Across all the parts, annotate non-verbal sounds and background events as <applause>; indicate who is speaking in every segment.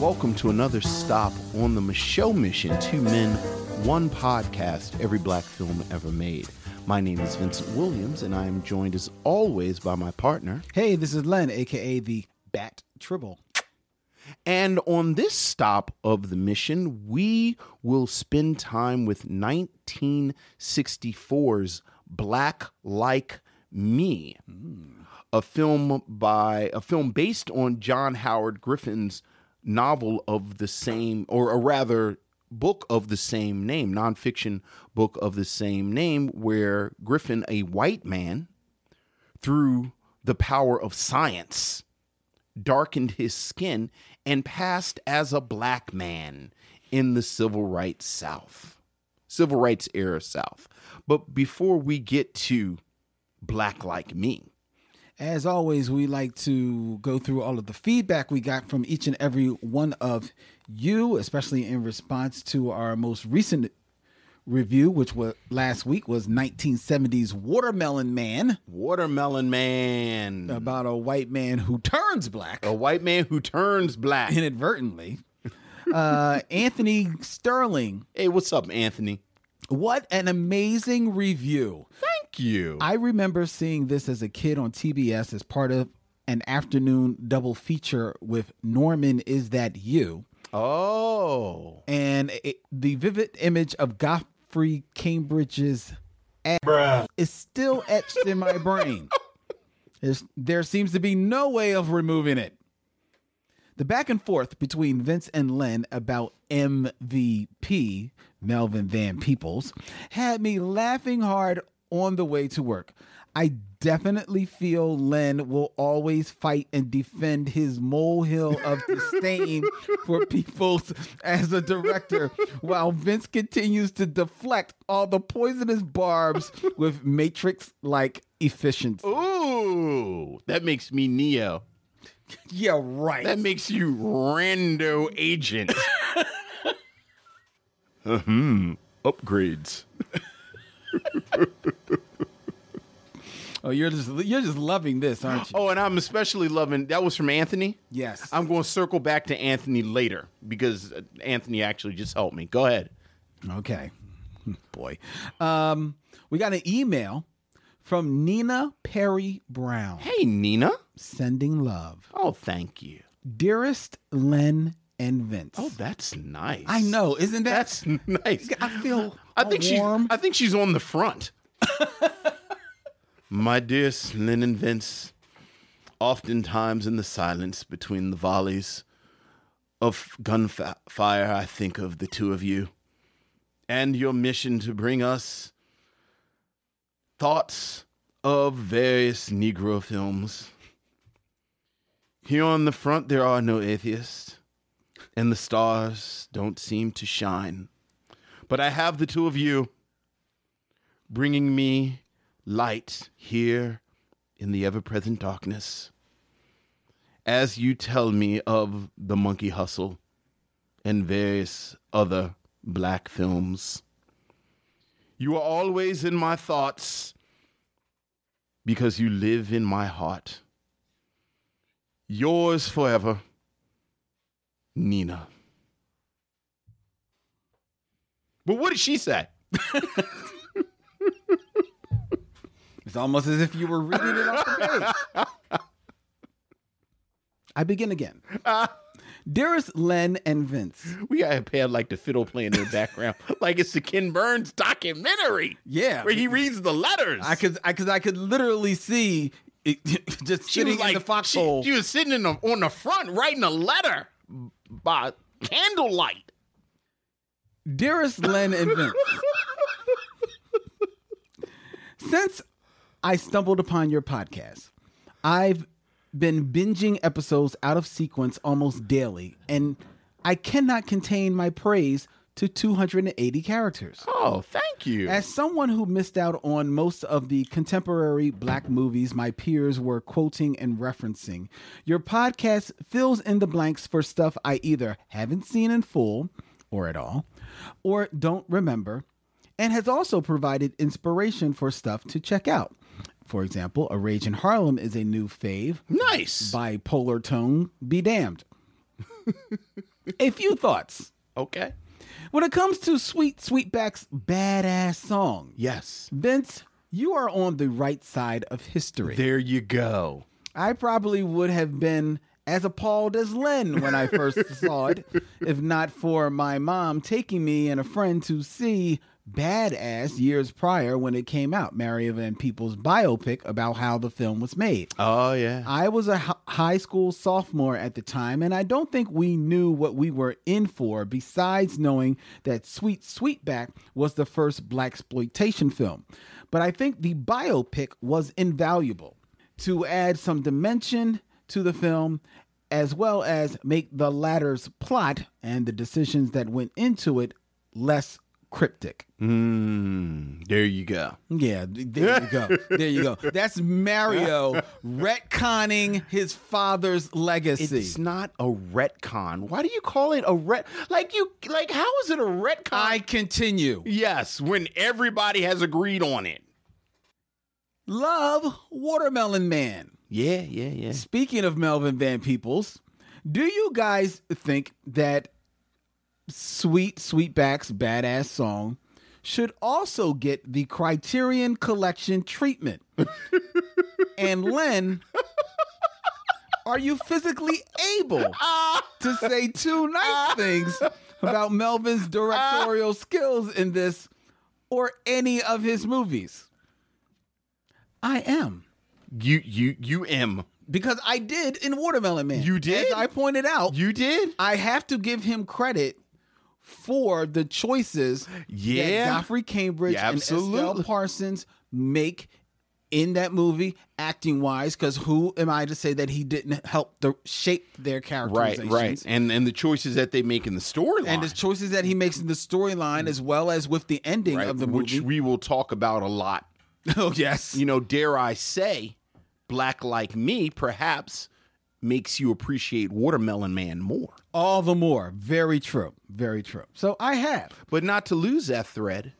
Speaker 1: Welcome to another stop on the Michelle Mission Two Men, One Podcast, Every Black Film Ever Made. My name is Vincent Williams, and I am joined as always by my partner.
Speaker 2: Hey, this is Len, aka the Bat Tribble.
Speaker 1: And on this stop of the mission, we will spend time with 1964's Black Like Me, a film by a film based on John Howard Griffin's novel of the same, or a rather book of the same name, nonfiction book of the same name, where Griffin, a white man, through the power of science, darkened his skin and passed as a black man in the civil rights South, civil rights era South. But before we get to Black Like Me,
Speaker 2: As always, we like to go through all of the feedback we got from each and every one of you, especially in response to our most recent review, which was last week was 1970s Watermelon Man
Speaker 1: Watermelon Man,
Speaker 2: about a white man who turns black
Speaker 1: a white man who turns
Speaker 2: <laughs>
Speaker 1: black.
Speaker 2: inadvertently. Uh, <laughs> Anthony Sterling,
Speaker 1: Hey, what's up, Anthony?
Speaker 2: what an amazing review!
Speaker 1: Thank you.
Speaker 2: I remember seeing this as a kid on TBS as part of an afternoon double feature with Norman Is That You?
Speaker 1: oh.
Speaker 2: And it, the vivid image of Godfrey Cambridge's ass is still etched in my brain. There's, there seems to be no way of removing it. The back and forth between Vince and Len about MVP, Melvin Van Peoples, had me laughing hard on the way to work. I definitely feel Len will always fight and defend his molehill <laughs> of disdain for Peoples as a director, while Vince continues to deflect all the poisonous barbs with Matrix like efficiency.
Speaker 1: Ooh, that makes me Neo.
Speaker 2: Yeah, right.
Speaker 1: That makes you Rando Agent. hmm Mm-hmm. Upgrades.
Speaker 2: oh, you're just you're just loving this, aren't you?
Speaker 1: Oh, and I'm especially loving that was from Anthony.
Speaker 2: Yes.
Speaker 1: I'm going to circle back to Anthony later because uh, Anthony actually just helped me. Go ahead.
Speaker 2: Okay. <laughs> Boy. Um, we got an email from Nina Perry Brown
Speaker 1: Hey, Nina.
Speaker 2: sending love.
Speaker 1: Oh, thank you.
Speaker 2: Dearest Len and Vince.
Speaker 1: Oh, that's nice.
Speaker 2: I know, isn't that?
Speaker 1: That's <laughs> nice.
Speaker 2: I feel
Speaker 1: I think she's
Speaker 2: warm.
Speaker 1: I think she's on the front. <laughs> My dear Lynn and Vince, oftentimes in the silence between the volleys of gunfire, I think of the two of you and your mission to bring us thoughts of various Negro films. Here on the front, there are no atheists, and the stars don't seem to shine but I have the two of you bringing me light here in the ever present darkness. As you tell me of the monkey hustle and various other black films, you are always in my thoughts because you live in my heart. Yours forever, Nina. But what did she say?
Speaker 2: It's almost as if you were reading it off <laughs> the page. I begin again. Dearest Len and Vince.
Speaker 1: We gotta have like the fiddle playing in the background, <laughs> like it's the Ken Burns documentary.
Speaker 2: Yeah.
Speaker 1: where he reads the letters.
Speaker 2: I could, I could, I could literally see it, <laughs> just
Speaker 1: She
Speaker 2: sitting
Speaker 1: was like
Speaker 2: in the foxhole.
Speaker 1: She, she was sitting in the, on the front writing a letter by candlelight.
Speaker 2: Dearest Len and Vince, Since I stumbled upon your podcast, I've been binging episodes out of sequence almost daily, and I cannot contain my praise to 280 characters.
Speaker 1: Oh, thank you.
Speaker 2: As someone who missed out on most of the contemporary black movies my peers were quoting and referencing, your podcast fills in the blanks for stuff I either haven't seen in full or at all, or don't remember, and has also provided inspiration for stuff to check out. For example, A Rage in Harlem is a new fave
Speaker 1: nice.
Speaker 2: bipolar tone be damned. <laughs> a few thoughts.
Speaker 1: okay.
Speaker 2: When it comes to Sweet Sweetback's badass song,
Speaker 1: Yes.
Speaker 2: Vince, you are on the right side of history.
Speaker 1: There you go.
Speaker 2: I probably would have been as appalled as Len when I first saw it, if not for my mom taking me and a friend to see Badass years prior when it came out, Mario Van People's biopic about how the film was made.
Speaker 1: Oh yeah.
Speaker 2: I was a hi- high school sophomore at the time, and I don't think we knew what we were in for, besides knowing that Sweet Sweetback was the first black exploitation film. But I think the biopic was invaluable to add some dimension to the film, as well as make the latter's plot and the decisions that went into it less cryptic.
Speaker 1: Mm, there you go.
Speaker 2: Yeah, th- there you go. There you go. That's Mario retconning his father's legacy.
Speaker 1: It's not a retcon. Why do you call it a ret? Like you, like how is it a retcon?
Speaker 2: I continue.
Speaker 1: yes, when everybody has agreed on it.
Speaker 2: Love Watermelon Man.
Speaker 1: Yeah, yeah, yeah.
Speaker 2: Speaking of Melvin Van Peoples, do you guys think that Sweet Sweetback's badass song should also get the Criterion Collection treatment? and Len, are you physically able to say two nice things about Melvin's directorial skills in this or any of his movies? I am.
Speaker 1: You, you, you, M.
Speaker 2: Because I did in Watermelon Man.
Speaker 1: You did?
Speaker 2: As I pointed out,
Speaker 1: You did?
Speaker 2: I have to give him credit for the choices
Speaker 1: Yeah.
Speaker 2: that Godfrey Cambridge
Speaker 1: Yeah,
Speaker 2: and Estelle
Speaker 1: absolutely.
Speaker 2: Parsons make in that movie, acting wise. Because who am I to say that he didn't help the, shape their
Speaker 1: Right,
Speaker 2: characterizations?
Speaker 1: right. And and the choices that they make in the storyline.
Speaker 2: And the choices that he makes in the storyline, as well as with the ending
Speaker 1: right,
Speaker 2: of the
Speaker 1: which
Speaker 2: movie. <laughs>
Speaker 1: we will talk about a lot.
Speaker 2: oh yes,
Speaker 1: You know, dare I say, black like me perhaps makes you appreciate Watermelon Man more.
Speaker 2: all the more. Very true. Very true. So I have.
Speaker 1: But not to lose that thread,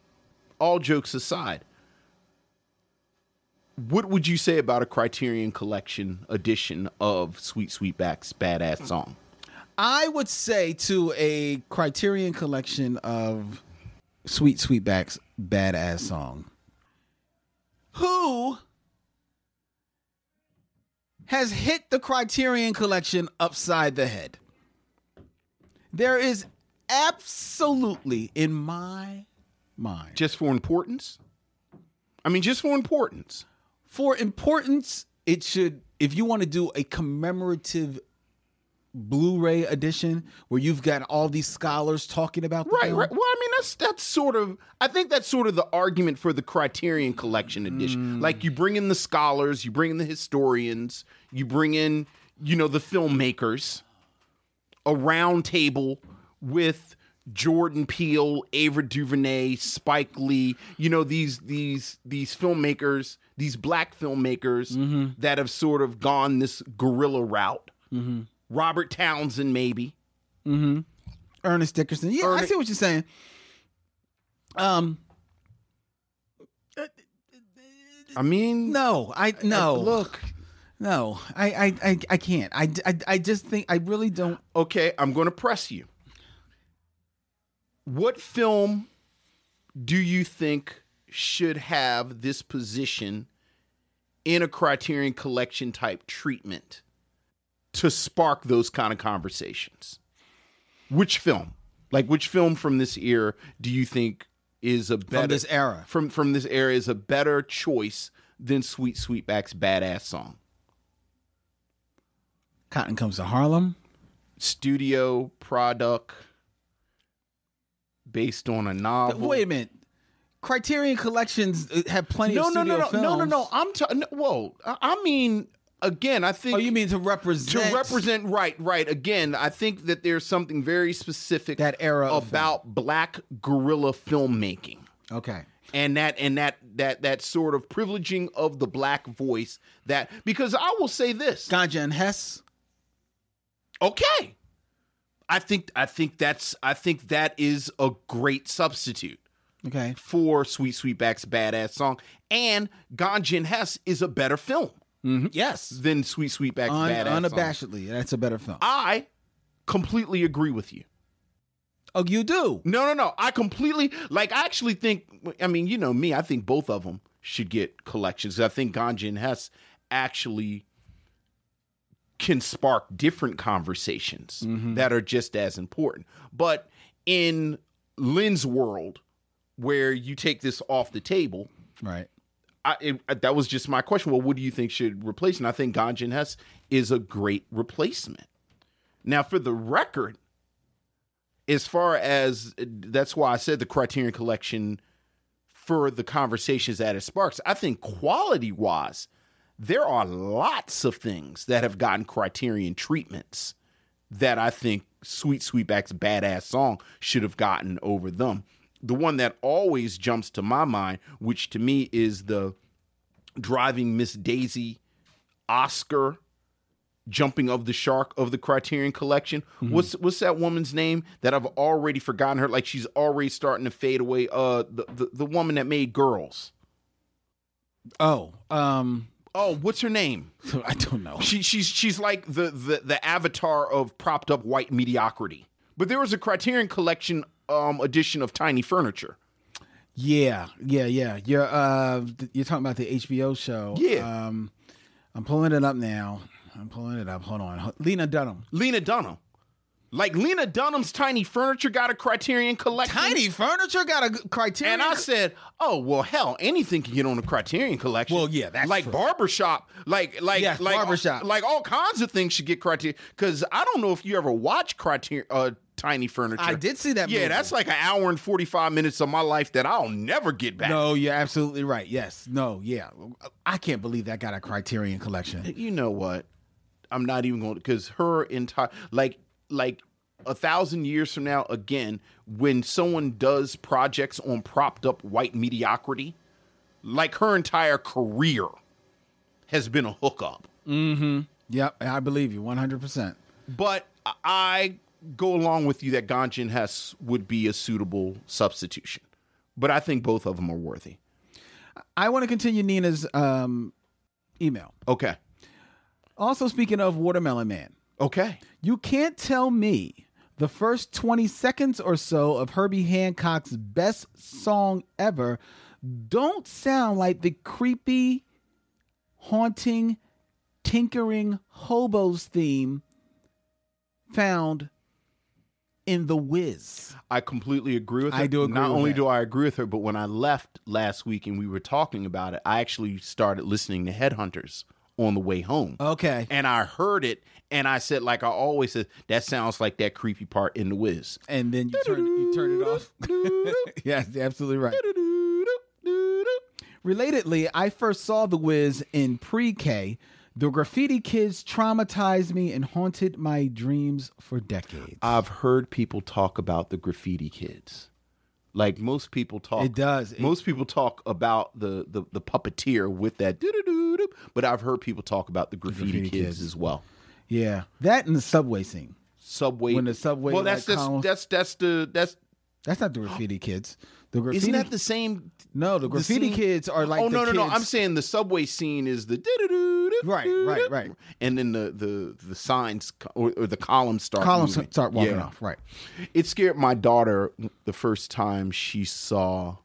Speaker 1: all jokes aside, what would you say about a Criterion Collection edition of Sweet Sweetback's Badass Song?
Speaker 2: I would say to a Criterion collection of Sweet Sweetback's badass song. Who has hit the Criterion collection upside the head? There is absolutely, in my mind,
Speaker 1: Just for importance? I mean, just for importance.
Speaker 2: for importance, it should, if you want to do a commemorative Blu-ray edition where you've got all these scholars talking about the
Speaker 1: Right,
Speaker 2: film,
Speaker 1: right. Well, I mean, that's that's sort of. I think that's sort of the argument for the Criterion Collection edition. Like, you bring in the scholars, you bring in the historians, you bring in, you know, the filmmakers. A round table with Jordan Peele, Ava DuVernay, Spike Lee. You know these these these filmmakers, these black filmmakers that have sort of gone this guerrilla route. Robert Townsend, maybe.
Speaker 2: Ernest Dickerson. Yeah, I
Speaker 1: Ernest-
Speaker 2: see what you're saying. Um,
Speaker 1: I mean,
Speaker 2: no, I no
Speaker 1: Look,
Speaker 2: no, I I I, I can't. I, I I just think I really don't.
Speaker 1: okay, I'm going to press you. What film do you think should have this position in a Criterion Collection type treatment to spark those kind of conversations? Which film? Like which film from this era do you think is a better
Speaker 2: this era.
Speaker 1: from from this era is a better choice than Sweet Sweetback's badass song?
Speaker 2: Cotton comes to Harlem.
Speaker 1: studio product based on a novel. Uh,
Speaker 2: Wait a minute. Criterion collections uh, have plenty
Speaker 1: No,
Speaker 2: of
Speaker 1: no, no,
Speaker 2: studio
Speaker 1: no, no, no,
Speaker 2: films.
Speaker 1: no. I'm ta- no, whoa. I- I mean, again, I think
Speaker 2: Oh, you mean to
Speaker 1: to
Speaker 2: represent
Speaker 1: represent right, right. Again, I think that there's something very specific
Speaker 2: That era of
Speaker 1: about black guerrilla filmmaking.
Speaker 2: Okay.
Speaker 1: and that and that that that sort of privileging of the black voice that because I will say this
Speaker 2: Ganja and Hess.
Speaker 1: okay I think I think that's I think that is a great substitute
Speaker 2: Okay.
Speaker 1: for Sweet Sweetback's badass song and Ganjin Hess is a better film
Speaker 2: Yes.
Speaker 1: than Sweet Sweetback's
Speaker 2: Un-
Speaker 1: Mm-hmm. badass song.
Speaker 2: unabashedly, that's a better film.
Speaker 1: I completely agree with you.
Speaker 2: oh, you do.
Speaker 1: No, no, no. I completely like. I actually think. I mean, you know me. I think both of them should get collections. I think Ganja and Hess actually can spark different conversations that are just as important. But in Lynn's world, where you take this off the table,
Speaker 2: Right.
Speaker 1: I, it, uh, that was just my question. Well, what do you think should replace? it? And I think Ganjin Hess is a great replacement. Now, for the record, as far as uh, that's why I said the Criterion Collection for the conversations that it sparks, I think quality wise, there are lots of things that have gotten Criterion treatments that I think Sweet Sweetback's badass song should have gotten over them. The one that always jumps to my mind, which to me is the driving Miss Daisy Oscar jumping of the shark of the Criterion collection. What's what's that woman's name that I've already forgotten her? Like she's already starting to fade away. Uh the, the, the woman that made girls.
Speaker 2: Oh, um, <laughs>
Speaker 1: Oh, what's her name?
Speaker 2: I don't know.
Speaker 1: She she's she's like the the the avatar of propped up white mediocrity. But there was a Criterion collection um edition of Tiny Furniture.
Speaker 2: Yeah, yeah, yeah. You're uh, th- you're talking about the HBO show.
Speaker 1: Yeah.
Speaker 2: Um, I'm pulling it up now. I'm pulling it up. Hold on. Ho- Lena Dunham.
Speaker 1: Lena Dunham. Like Lena Dunham's Tiny Furniture got a Criterion collection.
Speaker 2: furniture got a good criteria.
Speaker 1: And I said, "Oh well, hell, anything can get on the Criterion collection."
Speaker 2: Well, yeah, that's
Speaker 1: like
Speaker 2: true.
Speaker 1: barbershop, like like
Speaker 2: Yes,
Speaker 1: like
Speaker 2: Barbershop.
Speaker 1: like all kinds of things should get Criterion. Because I don't know if you ever watch Criterion, uh, Tiny Furniture.
Speaker 2: I did see that
Speaker 1: Yeah,
Speaker 2: movie.
Speaker 1: that's like an hour and forty five minutes of my life that I'll never get back.
Speaker 2: No, you're absolutely right. Yes. No. Yeah. I can't believe that got a Criterion collection.
Speaker 1: You know what? I'm not even going because her entire like like a thousand years from now again when someone does projects on propped up white mediocrity, like her entire career has been a hookup.
Speaker 2: Yep. I believe you 100. percent
Speaker 1: But I go along with you that Ganjin Hess would be a suitable substitution. But I think both of them are worthy.
Speaker 2: I want to continue Nina's um, email.
Speaker 1: Okay.
Speaker 2: Also, speaking of Watermelon Man,
Speaker 1: Okay.
Speaker 2: You can't tell me the first 20 seconds or so of Herbie Hancock's best song ever don't sound like the creepy, haunting, tinkering hobos theme found in The Wiz.
Speaker 1: I completely agree with her.
Speaker 2: I do agree
Speaker 1: Not
Speaker 2: with
Speaker 1: only
Speaker 2: that.
Speaker 1: do I agree with her, but when I left last week and we were talking about it, I actually started listening to Headhunters on the way
Speaker 2: Oh.
Speaker 1: home.
Speaker 2: Okay.
Speaker 1: And I heard it and I said, like I always said, that sounds like that creepy part in the whiz.
Speaker 2: And then you turn, you turn it off. <laughs> yes, you're absolutely right. Relatedly, I first saw The Wiz in pre K. The graffiti kids traumatized me and haunted my dreams for decades.
Speaker 1: I've heard people talk about the graffiti kids. Like most people talk
Speaker 2: It does. It-
Speaker 1: most people talk about the the, the puppeteer with that doo-doo-doo-doo, but I've heard people talk about the graffiti,
Speaker 2: Graffiti
Speaker 1: kids
Speaker 2: Kids.
Speaker 1: as well.
Speaker 2: yeah. That and the subway scene.
Speaker 1: subway
Speaker 2: When the subway,
Speaker 1: well
Speaker 2: like,
Speaker 1: that's that's,
Speaker 2: columns-
Speaker 1: that's that's the that's
Speaker 2: That's not the graffiti kids. The graffiti
Speaker 1: isn't that the same
Speaker 2: No, the graffiti
Speaker 1: scene-
Speaker 2: kids are like
Speaker 1: oh no
Speaker 2: the
Speaker 1: no no
Speaker 2: kids-
Speaker 1: i'm saying the subway scene is the doo-doo-doo-doo,
Speaker 2: Right,
Speaker 1: doo-doo-doo,
Speaker 2: right, right.
Speaker 1: and then the the the signs co- or, or the columns start
Speaker 2: columns
Speaker 1: moving.
Speaker 2: start walking
Speaker 1: Yeah.
Speaker 2: off. Right.
Speaker 1: it scared my daughter the first time she saw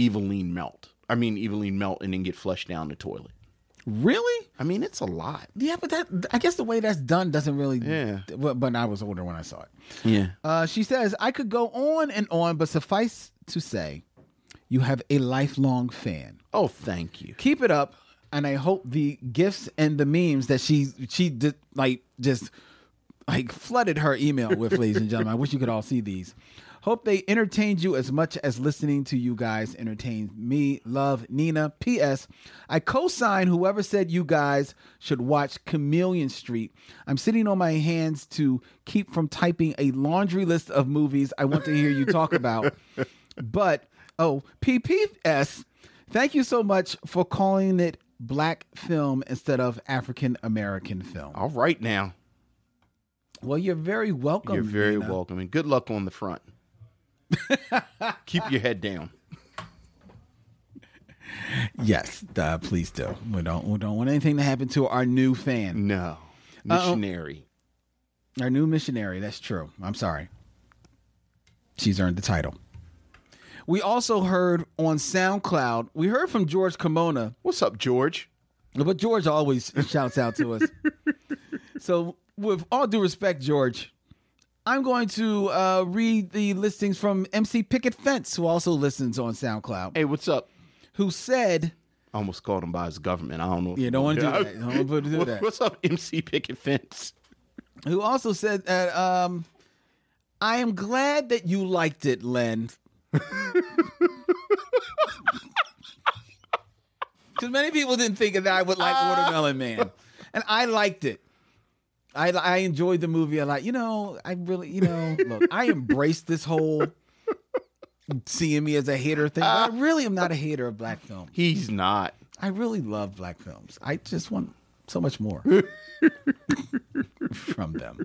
Speaker 1: eveline melt i mean eveline melt and then get flushed down the toilet
Speaker 2: Really?
Speaker 1: i mean it's a lot
Speaker 2: Yeah, but that I guess the way that's done doesn't really
Speaker 1: Yeah.
Speaker 2: but, but I was older when I saw it.
Speaker 1: yeah
Speaker 2: Uh, she says, I could go on and on, but suffice to say, you have a lifelong fan.
Speaker 1: oh thank you
Speaker 2: Keep it up, and I hope the gifts and the memes that she she did like just like flooded her email with, ladies and gentlemen. I wish you could all see these. Hope they entertained you as much as listening to you guys entertained me. Love Nina. P.S. I co sign whoever said you guys should watch Chameleon Street. I'm sitting on my hands to keep from typing a laundry list of movies I want to hear you talk about. But, oh, P.P.S. Thank you so much for calling it black film instead of African American film.
Speaker 1: All right now.
Speaker 2: Well, you're very welcome.
Speaker 1: You're very
Speaker 2: Nina.
Speaker 1: welcome and good luck on the
Speaker 2: <laughs>
Speaker 1: front. Keep your head down.
Speaker 2: Yes, uh, please do. We don't we don't want anything to happen to our new fan,
Speaker 1: No. Missionary.
Speaker 2: our new missionary. That's true. I'm sorry. She's earned the title. We also heard on SoundCloud. We heard from George Kimona,
Speaker 1: What's up, George?
Speaker 2: but George always shouts out to us. So, with all due respect, George, I'm going to uh, read the listings from MC Picket Fence, who also listens on SoundCloud,
Speaker 1: Hey, what's up?
Speaker 2: who said
Speaker 1: I almost called him by his government. I don't know. if
Speaker 2: Yeah,
Speaker 1: you
Speaker 2: don't
Speaker 1: wanna
Speaker 2: wanna do that. Don't wanna
Speaker 1: <laughs>
Speaker 2: do
Speaker 1: What-
Speaker 2: that.
Speaker 1: What's up, MC Picket Fence?
Speaker 2: who also said that um, I am glad that you liked it, Len. <laughs> Because many people didn't think that I would like Watermelon Man, and I liked it. I I enjoyed the movie a lot. You know, I really, you know, look, I embraced this whole seeing me as a hater thing. but I really am not a hater of black film.
Speaker 1: He's not.
Speaker 2: I really love black films. I just want so
Speaker 1: <laughs>
Speaker 2: much more from them.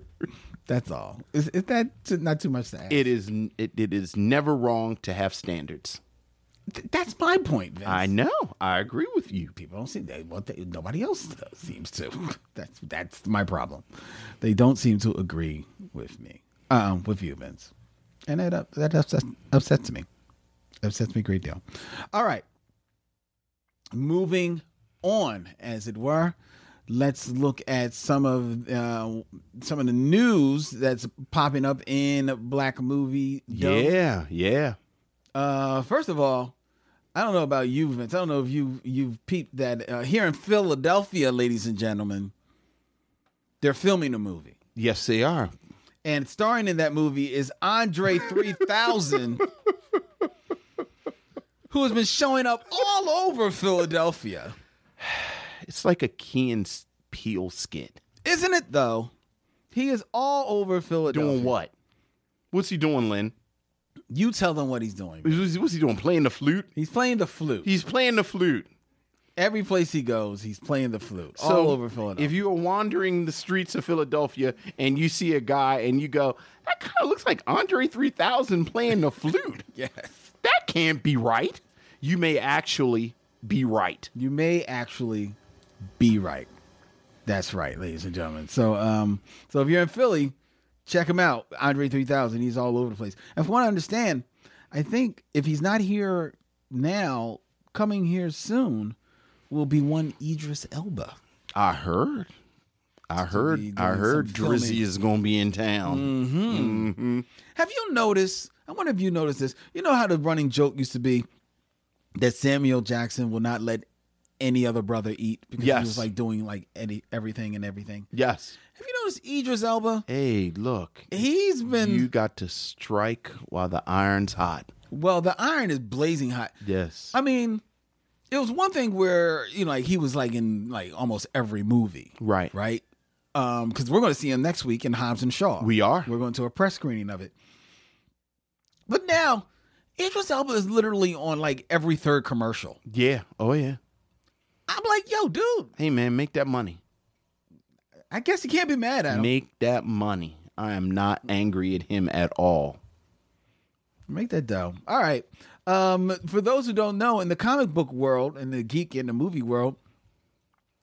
Speaker 2: That's all. Is, is that t- not too much to ask?
Speaker 1: It is. n- It, it is never wrong to have standards.
Speaker 2: Th- that's my point, Vince.
Speaker 1: I know. I agree with you.
Speaker 2: People don't see that. Well, they, nobody else does- seems to. <laughs> That's that's my problem. They don't seem to agree with me. Um, with you, Vince, and that up- that upsets, upsets me. Upsets me a great deal. All right, moving on, as it were. Let's look at some of uh, some of the news that's popping up in Black Movie. Dome.
Speaker 1: Yeah. Yeah.
Speaker 2: Uh, first of all, I don't know about you, Vince. I don't know if you you've peeped that uh, here in Philadelphia, ladies and gentlemen, they're filming a movie,
Speaker 1: Yes, they are.
Speaker 2: and starring in that movie is Andre
Speaker 1: <laughs>
Speaker 2: three thousand, who has been showing up all over Philadelphia.
Speaker 1: It's like a Key and S- Peele skit.
Speaker 2: Isn't it though? He is all over Philadelphia.
Speaker 1: Doing what? What's he doing, Lynn?
Speaker 2: You tell them what he's doing.
Speaker 1: What's what's he doing? Playing the flute?
Speaker 2: He's playing the flute.
Speaker 1: He's playing the flute.
Speaker 2: Every place he goes, he's playing the flute.
Speaker 1: So,
Speaker 2: all over Philadelphia.
Speaker 1: If you are wandering the streets of Philadelphia and you see a guy and you go, that kind of looks like Andre 3000 playing the flute. <laughs>
Speaker 2: yes.
Speaker 1: That can't be right. You may actually be right.
Speaker 2: you may actually be right. That's right, ladies and gentlemen. So, um, so if you're in Philly, check him out, Andre 3000. He's all over the place. And from what I understand, I think if he's not here now, coming here soon will be one Idris Elba.
Speaker 1: I heard. I
Speaker 2: be
Speaker 1: heard. I
Speaker 2: doing
Speaker 1: heard
Speaker 2: some filming.
Speaker 1: Drizzy is going to be in town.
Speaker 2: Have you noticed? I wonder if you noticed this. You know how the running joke used to be that Samuel Jackson will not let any other brother eat because he
Speaker 1: Yes.
Speaker 2: was like doing like any, everything and everything.
Speaker 1: Yes.
Speaker 2: Have you noticed Idris Elba?
Speaker 1: Hey, look.
Speaker 2: He's been
Speaker 1: You got to strike while the iron's hot.
Speaker 2: Well, the iron is blazing hot.
Speaker 1: Yes.
Speaker 2: I mean, it was one thing where you know, like he was like in like almost every movie,
Speaker 1: right. Right.
Speaker 2: right? Um, because we're going to see him next week in Hobbs and Shaw.
Speaker 1: We are.
Speaker 2: We're going to a press screening of it. But now, Idris Elba is literally on like every third commercial.
Speaker 1: Yeah. Oh yeah.
Speaker 2: I'm like, yo, dude,
Speaker 1: Hey man, make that money.
Speaker 2: I guess you can't be mad at him.
Speaker 1: Make that money. I am not angry at him at all.
Speaker 2: Make that dough. All right. Um, for those who don't know, in the comic book world, in the geek and the movie world,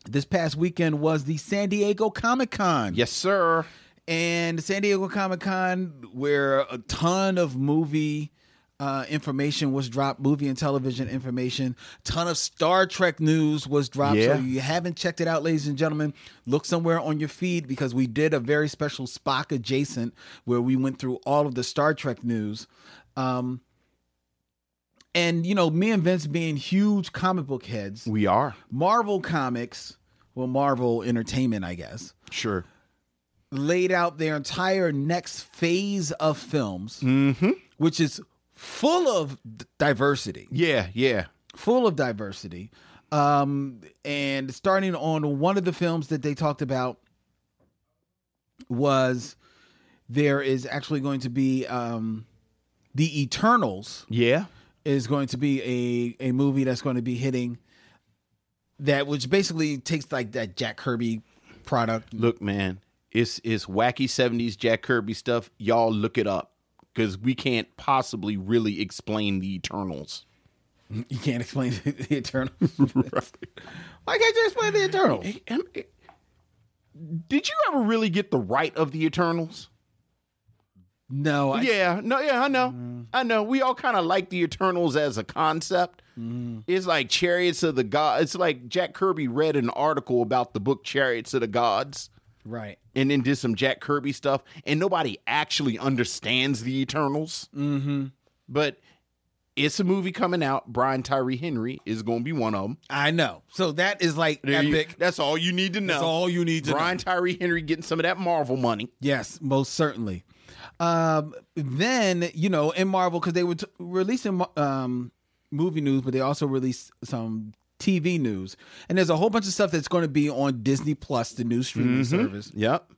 Speaker 2: this past weekend was the San Diego Comic Con.
Speaker 1: Yes, sir.
Speaker 2: And the San Diego Comic Con, where a ton of movie uh, information was dropped, movie and television information, ton of Star Trek news was dropped.
Speaker 1: Yeah.
Speaker 2: So you haven't checked it out, ladies and gentlemen, look somewhere on your feed because we did a very special Spock adjacent where we went through all of the Star Trek news. Um, and you know, me and Vince being huge comic book heads,
Speaker 1: We are.
Speaker 2: Marvel Comics, well, Marvel Entertainment, I guess
Speaker 1: Sure.
Speaker 2: laid out their entire next phase of films,
Speaker 1: Mm-hmm.
Speaker 2: which is full of d- diversity,
Speaker 1: Yeah, yeah.
Speaker 2: full of diversity. Um, and starting on one of the films that they talked about was there is actually going to be um, the Eternals
Speaker 1: Yeah.
Speaker 2: is going to be a a movie that's going to be hitting that which basically takes like that Jack Kirby product. <laughs>
Speaker 1: Look, man, it's it's wacky 70s Jack Kirby stuff. Y'all look it up cuz we can't possibly really explain the Eternals.
Speaker 2: You can't explain <laughs> the Eternals. Why can't you explain the Eternals?
Speaker 1: Am- eh, Did you ever really get the right of the Eternals?
Speaker 2: No, I,
Speaker 1: Yeah, no, yeah, I know. I know. We all kind of like the Eternals as a concept. It's like Chariots of the God. It's like Jack Kirby read an article about the book Chariots of the Gods
Speaker 2: right.
Speaker 1: and then did some Jack Kirby stuff, and nobody actually understands the Eternals. Mm-hmm. But it's a movie coming out. Brian Tyree Henry is going to be one of them.
Speaker 2: I know. So that is like epic.
Speaker 1: that's all you need to know.
Speaker 2: That's all you need to know.
Speaker 1: Brian Tyree Henry getting some of that Marvel money.
Speaker 2: Yes, most certainly. Um, then you know, in Marvel, because they were t- releasing um, movie news, but they also released some TV news, and there's a whole bunch of stuff that's going to be on Disney Plus, the new
Speaker 1: Mm-hmm.
Speaker 2: streaming service.
Speaker 1: Yep.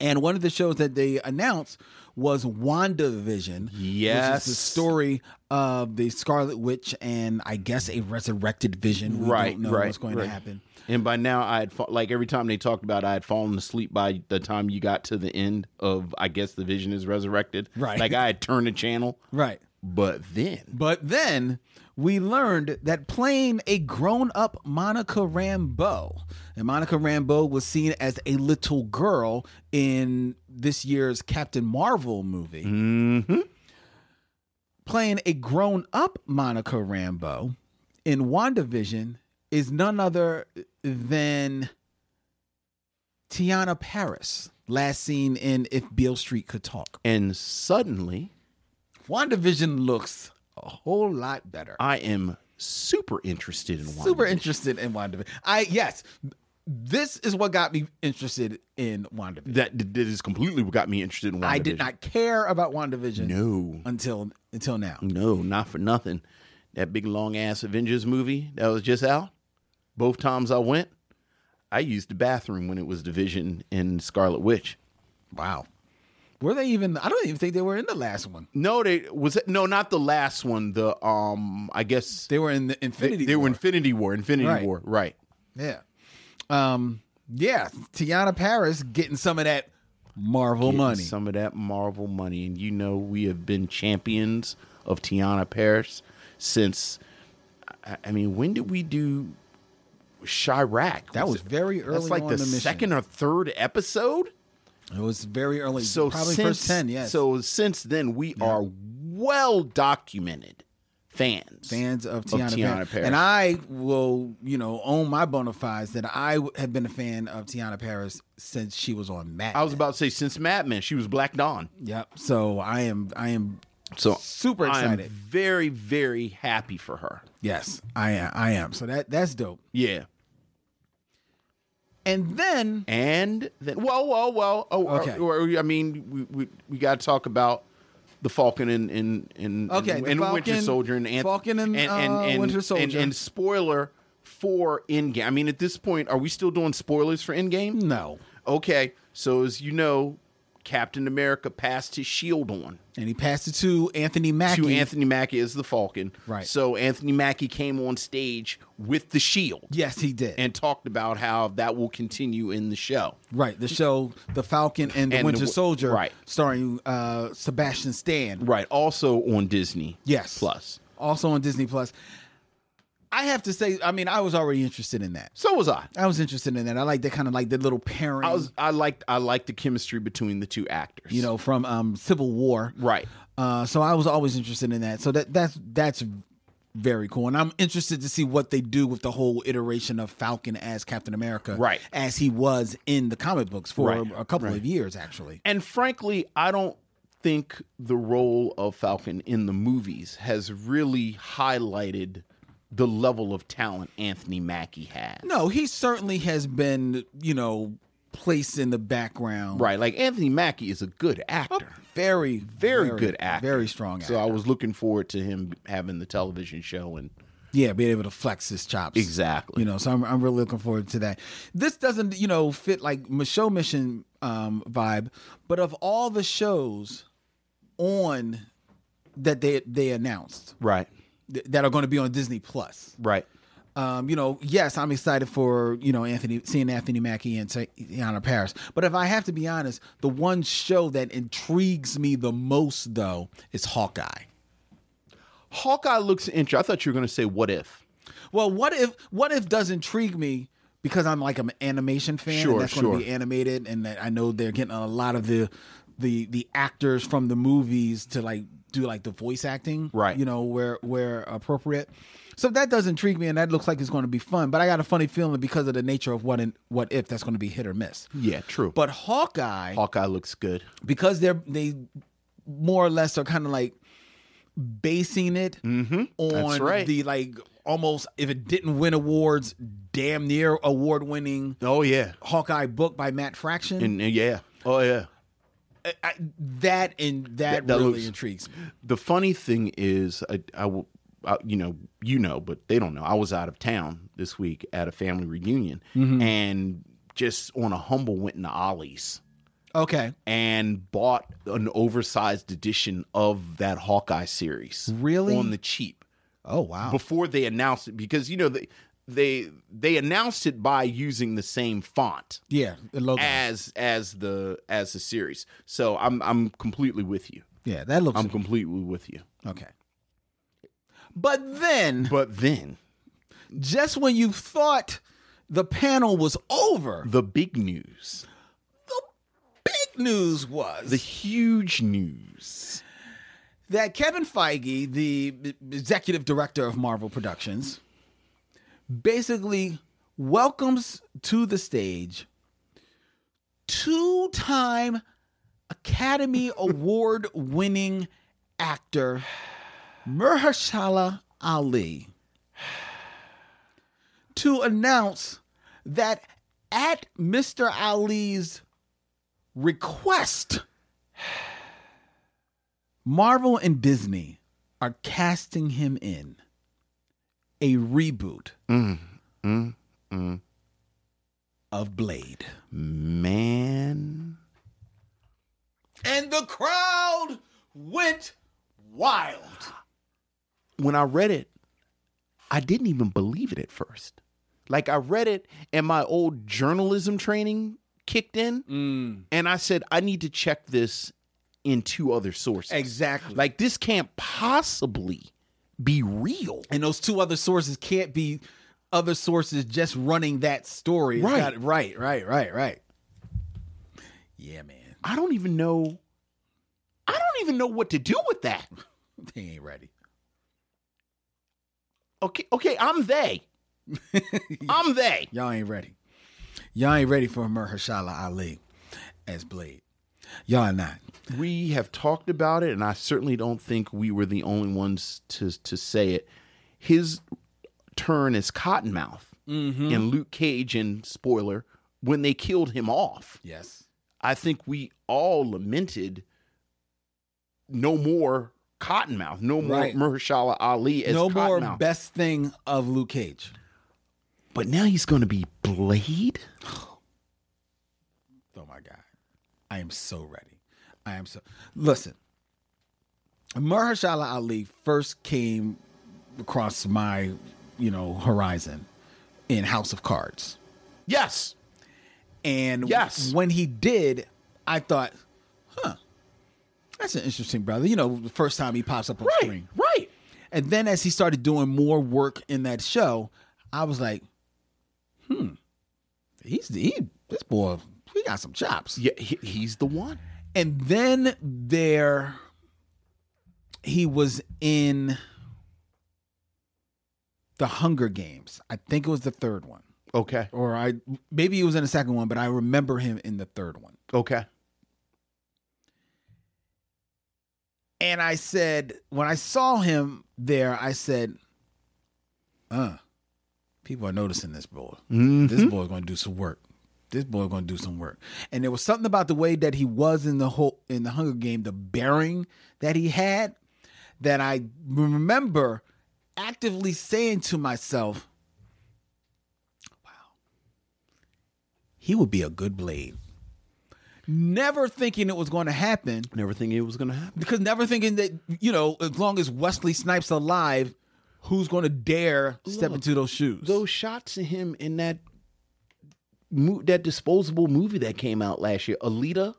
Speaker 2: And one of the shows that they announced was WandaVision. Which is
Speaker 1: Yes.
Speaker 2: the story of the Scarlet Witch and I guess a resurrected vision. We
Speaker 1: Right,
Speaker 2: Don't know
Speaker 1: right,
Speaker 2: what's going
Speaker 1: right.
Speaker 2: to happen.
Speaker 1: And by now, I had fa- like every time they talked about, it, I had fallen asleep by the time you got to the end of, I guess, the Vision is resurrected.
Speaker 2: Right.
Speaker 1: Like I had turned the channel,
Speaker 2: Right.
Speaker 1: but then
Speaker 2: But then we learned that playing a grown up Monica Rambeau, and Monica Rambeau was seen as a little girl in this year's Captain Marvel movie. Mm-hmm. Playing a grown up Monica Rambeau in WandaVision is none other than Tiana Paris, last seen in If Beale Street Could Talk.
Speaker 1: and suddenly,
Speaker 2: WandaVision looks a whole lot better.
Speaker 1: I am super interested in one.
Speaker 2: super interested in WandaVision. I yes, this is what got me interested in WandaVision.
Speaker 1: that that is completely what got me interested in one.
Speaker 2: I did not care about WandaVision
Speaker 1: No,
Speaker 2: until until now.
Speaker 1: no, not for nothing. That big long ass Avengers movie that was just out. Both times I went, I used the bathroom when it was Division and Scarlet Witch.
Speaker 2: Wow, were they even? I don't even think they were in the last one.
Speaker 1: No, they was it, no, not the last one. The um, I guess
Speaker 2: They were in the
Speaker 1: they,
Speaker 2: Infinity.
Speaker 1: they were
Speaker 2: War.
Speaker 1: Infinity War. Infinity
Speaker 2: Right.
Speaker 1: War, right?
Speaker 2: yeah, um, yeah. Tiana Paris getting some of that Marvel
Speaker 1: Getting
Speaker 2: money.
Speaker 1: some of that Marvel money, and you know we have been champions of Tiana Paris since. I, I mean, when did we do Chirac?
Speaker 2: That was
Speaker 1: it-
Speaker 2: very early
Speaker 1: That's like
Speaker 2: on
Speaker 1: the
Speaker 2: in the mission.
Speaker 1: second or third episode.
Speaker 2: it was very early.
Speaker 1: So
Speaker 2: probably
Speaker 1: since
Speaker 2: first ten. Yes.
Speaker 1: So since then, we are well documented fans.
Speaker 2: fans of Tiana,
Speaker 1: Tiana
Speaker 2: Paris.
Speaker 1: Paris.
Speaker 2: And I will, you know, own my bona fides that I w- have been a fan of Tiana Paris since she was on Mad.
Speaker 1: I was
Speaker 2: Men.
Speaker 1: about to say since Mad Men, she was Black Dawn.
Speaker 2: Yep. So I am. I am.
Speaker 1: So
Speaker 2: super
Speaker 1: I'm
Speaker 2: excited.
Speaker 1: very, very happy for her.
Speaker 2: Yes, I am. I am. So that that's dope.
Speaker 1: Yeah.
Speaker 2: And then
Speaker 1: And then, whoa, whoa, whoa. Oh,
Speaker 2: Okay.
Speaker 1: or, or, I mean, we, we, we got to talk about the Falcon and and and,
Speaker 2: Okay,
Speaker 1: and,
Speaker 2: the
Speaker 1: and Winter
Speaker 2: Falcon-
Speaker 1: Soldier and Anth-
Speaker 2: Falcon and, uh, Winter
Speaker 1: and,
Speaker 2: Soldier.
Speaker 1: and spoiler for Endgame. I mean, at this point, are we still doing spoilers for Endgame?
Speaker 2: no,
Speaker 1: Okay, so as you know, Captain America passed his shield on.
Speaker 2: and he passed it to Anthony Mackie.
Speaker 1: to Anthony Mackie as the Falcon.
Speaker 2: Right.
Speaker 1: So Anthony Mackie came on stage with the shield
Speaker 2: Yes, he did.
Speaker 1: and talked about how that will continue in the show.
Speaker 2: right, the show, The Falcon and the
Speaker 1: And the
Speaker 2: Winter
Speaker 1: w-
Speaker 2: Soldier,
Speaker 1: right.
Speaker 2: starring uh, Sebastian Stan.
Speaker 1: Right. Also on Disney.
Speaker 2: Yes.
Speaker 1: Plus.
Speaker 2: Also on Disney Plus. I have to say, I mean, I was already interested in that.
Speaker 1: So was I.
Speaker 2: I was interested in that. I like that kind of like the little pairing,
Speaker 1: I was I liked I liked the chemistry between the two actors.
Speaker 2: you know, from um, Civil War.
Speaker 1: Right.
Speaker 2: Uh, so I was always interested in that. So that that's that's very cool, and I'm interested to see what they do with the whole iteration of Falcon as Captain America,
Speaker 1: Right.
Speaker 2: As he was in the comic books for
Speaker 1: Right,
Speaker 2: a couple of years, actually.
Speaker 1: And frankly, I don't think the role of Falcon in the movies has really highlighted the level of talent Anthony Mackie has.
Speaker 2: No, he certainly has been, you know, place in the background.
Speaker 1: Right. Like Anthony Mackie is a good actor.
Speaker 2: Very,
Speaker 1: Very, good actor.
Speaker 2: Very strong actor.
Speaker 1: So I was looking forward to him having the television show and
Speaker 2: yeah, being able to flex his chops.
Speaker 1: Exactly.
Speaker 2: You know, so I'm, I'm really looking forward to that. This doesn't, you know, fit like m- show mission um, vibe, but of all the shows on that they they announced
Speaker 1: Right.
Speaker 2: th- that are going to be on Disney Plus,
Speaker 1: Right.
Speaker 2: um, you know, yes, I'm excited for you know Anthony seeing Anthony Mackie and Tiana Paris. But if I have to be honest, the one show that intrigues me the most though is Hawkeye.
Speaker 1: Hawkeye looks interesting. I thought you were going to say what if.
Speaker 2: Well, what if what if does intrigue me because I'm like I'm an animation fan.
Speaker 1: Sure,
Speaker 2: and that's going
Speaker 1: sure.
Speaker 2: to be animated, and that I know they're getting a lot of the the the actors from the movies to like do like the voice acting,
Speaker 1: Right.
Speaker 2: You know where where appropriate. So that does intrigue me, and that looks like it's going to be fun. But I got a funny feeling because of the nature of what and what if that's going to be hit or miss.
Speaker 1: Yeah, true. But
Speaker 2: But Hawkeye,
Speaker 1: Hawkeye looks good.
Speaker 2: because they're they more or less are kind of like basing it on
Speaker 1: Mm-hmm. right.
Speaker 2: the like almost if it didn't win awards, damn near award winning
Speaker 1: Oh yeah.
Speaker 2: Hawkeye book by Matt Fraction.
Speaker 1: And and yeah. Oh yeah.
Speaker 2: I, I- that and
Speaker 1: That-
Speaker 2: that,
Speaker 1: that
Speaker 2: really
Speaker 1: looks-
Speaker 2: intrigues me.
Speaker 1: The funny thing is, I, I, w- I- you know, you know, but they don't know. I was out of town this week at a family reunion, and just on a humble went into Ollie's
Speaker 2: Okay,
Speaker 1: and bought an oversized edition of that Hawkeye series.
Speaker 2: Really?
Speaker 1: on the cheap
Speaker 2: oh wow,
Speaker 1: before they announced it because you know they they they announced it by using the same font
Speaker 2: yeah, the logo,
Speaker 1: as as the as the series. So I'm I'm completely with you.
Speaker 2: yeah, that looks
Speaker 1: I'm completely with you.
Speaker 2: okay. But then,
Speaker 1: But then
Speaker 2: just when you thought the panel was over,
Speaker 1: the big news,
Speaker 2: the big news was
Speaker 1: the huge news.
Speaker 2: that Kevin Feige, the executive director of Marvel Productions, basically welcomes to the stage two time Academy Award winning actor Mahershala Ali to announce that at Mr. Ali's request, Marvel and Disney are casting him in a reboot of Blade.
Speaker 1: Man,
Speaker 2: And the crowd went wild.
Speaker 1: when I read it, I didn't even believe it at first. Like I read it and my old journalism training kicked in
Speaker 2: Mm.
Speaker 1: and I said I need to check this in two other sources.
Speaker 2: Exactly.
Speaker 1: Like this can't possibly be real.
Speaker 2: and those two other sources can't be other sources just running that story. It's
Speaker 1: Right.
Speaker 2: got- right, right, right, right. Yeah, man.
Speaker 1: I don't even know. I don't even know what to do with that.
Speaker 2: They ain't ready.
Speaker 1: Okay, okay, I'm <laughs> they. I'm they.
Speaker 2: Y'all ain't ready. Y'all ain't ready for Mahershala Ali as Blade. Y'all are not.
Speaker 1: We have talked about it, and I certainly don't think we were the only ones to to say it. His turn as Cottonmouth
Speaker 2: Mm-hmm.
Speaker 1: in Luke Cage, and spoiler, when they killed him off.
Speaker 2: Yes.
Speaker 1: I think we all lamented no more Cottonmouth, no more
Speaker 2: Right.
Speaker 1: Mahershala Ali as
Speaker 2: no more
Speaker 1: Cottonmouth.
Speaker 2: best thing of Luke Cage.
Speaker 1: but now he's going to be Blade.
Speaker 2: Oh my God. I am so ready. I am so listen. Mahershala Ali first came across my, you know, horizon in House of Cards.
Speaker 1: Yes,
Speaker 2: And
Speaker 1: Yes.
Speaker 2: when he did, I thought, huh, that's an interesting brother. You know, the first time he pops up on
Speaker 1: right,
Speaker 2: screen.
Speaker 1: right.
Speaker 2: And then as he started doing more work in that show, I was like, hmm, he's he this boy, he got some chops.
Speaker 1: Yeah, he, he's the one.
Speaker 2: And then there he was in the Hunger Games. I think it was the third one.
Speaker 1: Okay,
Speaker 2: Or I maybe he was in the second one, but I remember him in the third one.
Speaker 1: okay.
Speaker 2: And I said, when I saw him there, I said, uh, people are noticing this boy. This boy's gonna do some work. this boy gonna do some work. And there was something about the way that he was in the whole in the Hunger Game, the bearing that he had, that I remember actively saying to myself, "Wow, he would be a good blade." Never thinking it was going to happen,
Speaker 1: Never thinking it was going to happen.
Speaker 2: because never thinking that you know, as long as Wesley Snipes alive, who's going to dare step into those shoes?
Speaker 1: Those shots of him in that mo- that disposable movie that came out last year, Alita,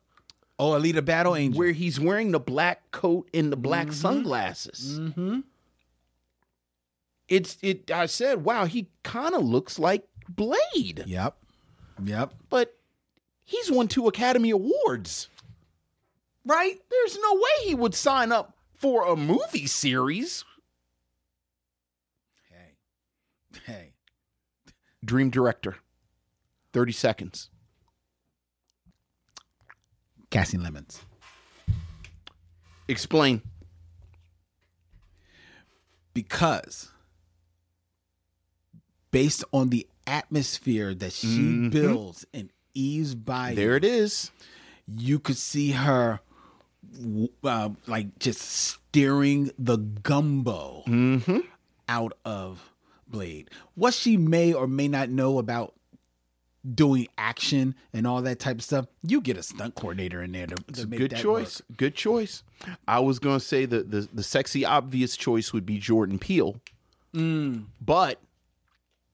Speaker 2: oh, Alita Battle Angel.
Speaker 1: where he's wearing the black coat and the black sunglasses. Mm-hmm. It's it. I said, wow, he kind of looks like Blade,
Speaker 2: Yep. Yep.
Speaker 1: but he's won two Academy Awards.
Speaker 2: Right?
Speaker 1: There's no way he would sign up for a movie series.
Speaker 2: Hey. Hey.
Speaker 1: Dream director, thirty seconds.
Speaker 2: Cassie Lemons.
Speaker 1: Explain.
Speaker 2: Because based on the atmosphere that she builds in Eve's
Speaker 1: Mm-hmm.
Speaker 2: body,
Speaker 1: There it is.
Speaker 2: you could see her w- uh, like just steering the gumbo
Speaker 1: Mm-hmm.
Speaker 2: out of Blade. What she may or may not know about doing action and all that type of stuff, you get a stunt coordinator in there to, to make
Speaker 1: Good
Speaker 2: that
Speaker 1: choice.
Speaker 2: work.
Speaker 1: Good choice. I was gonna say the, the the sexy obvious choice would be Jordan Peele,
Speaker 2: Mm.
Speaker 1: but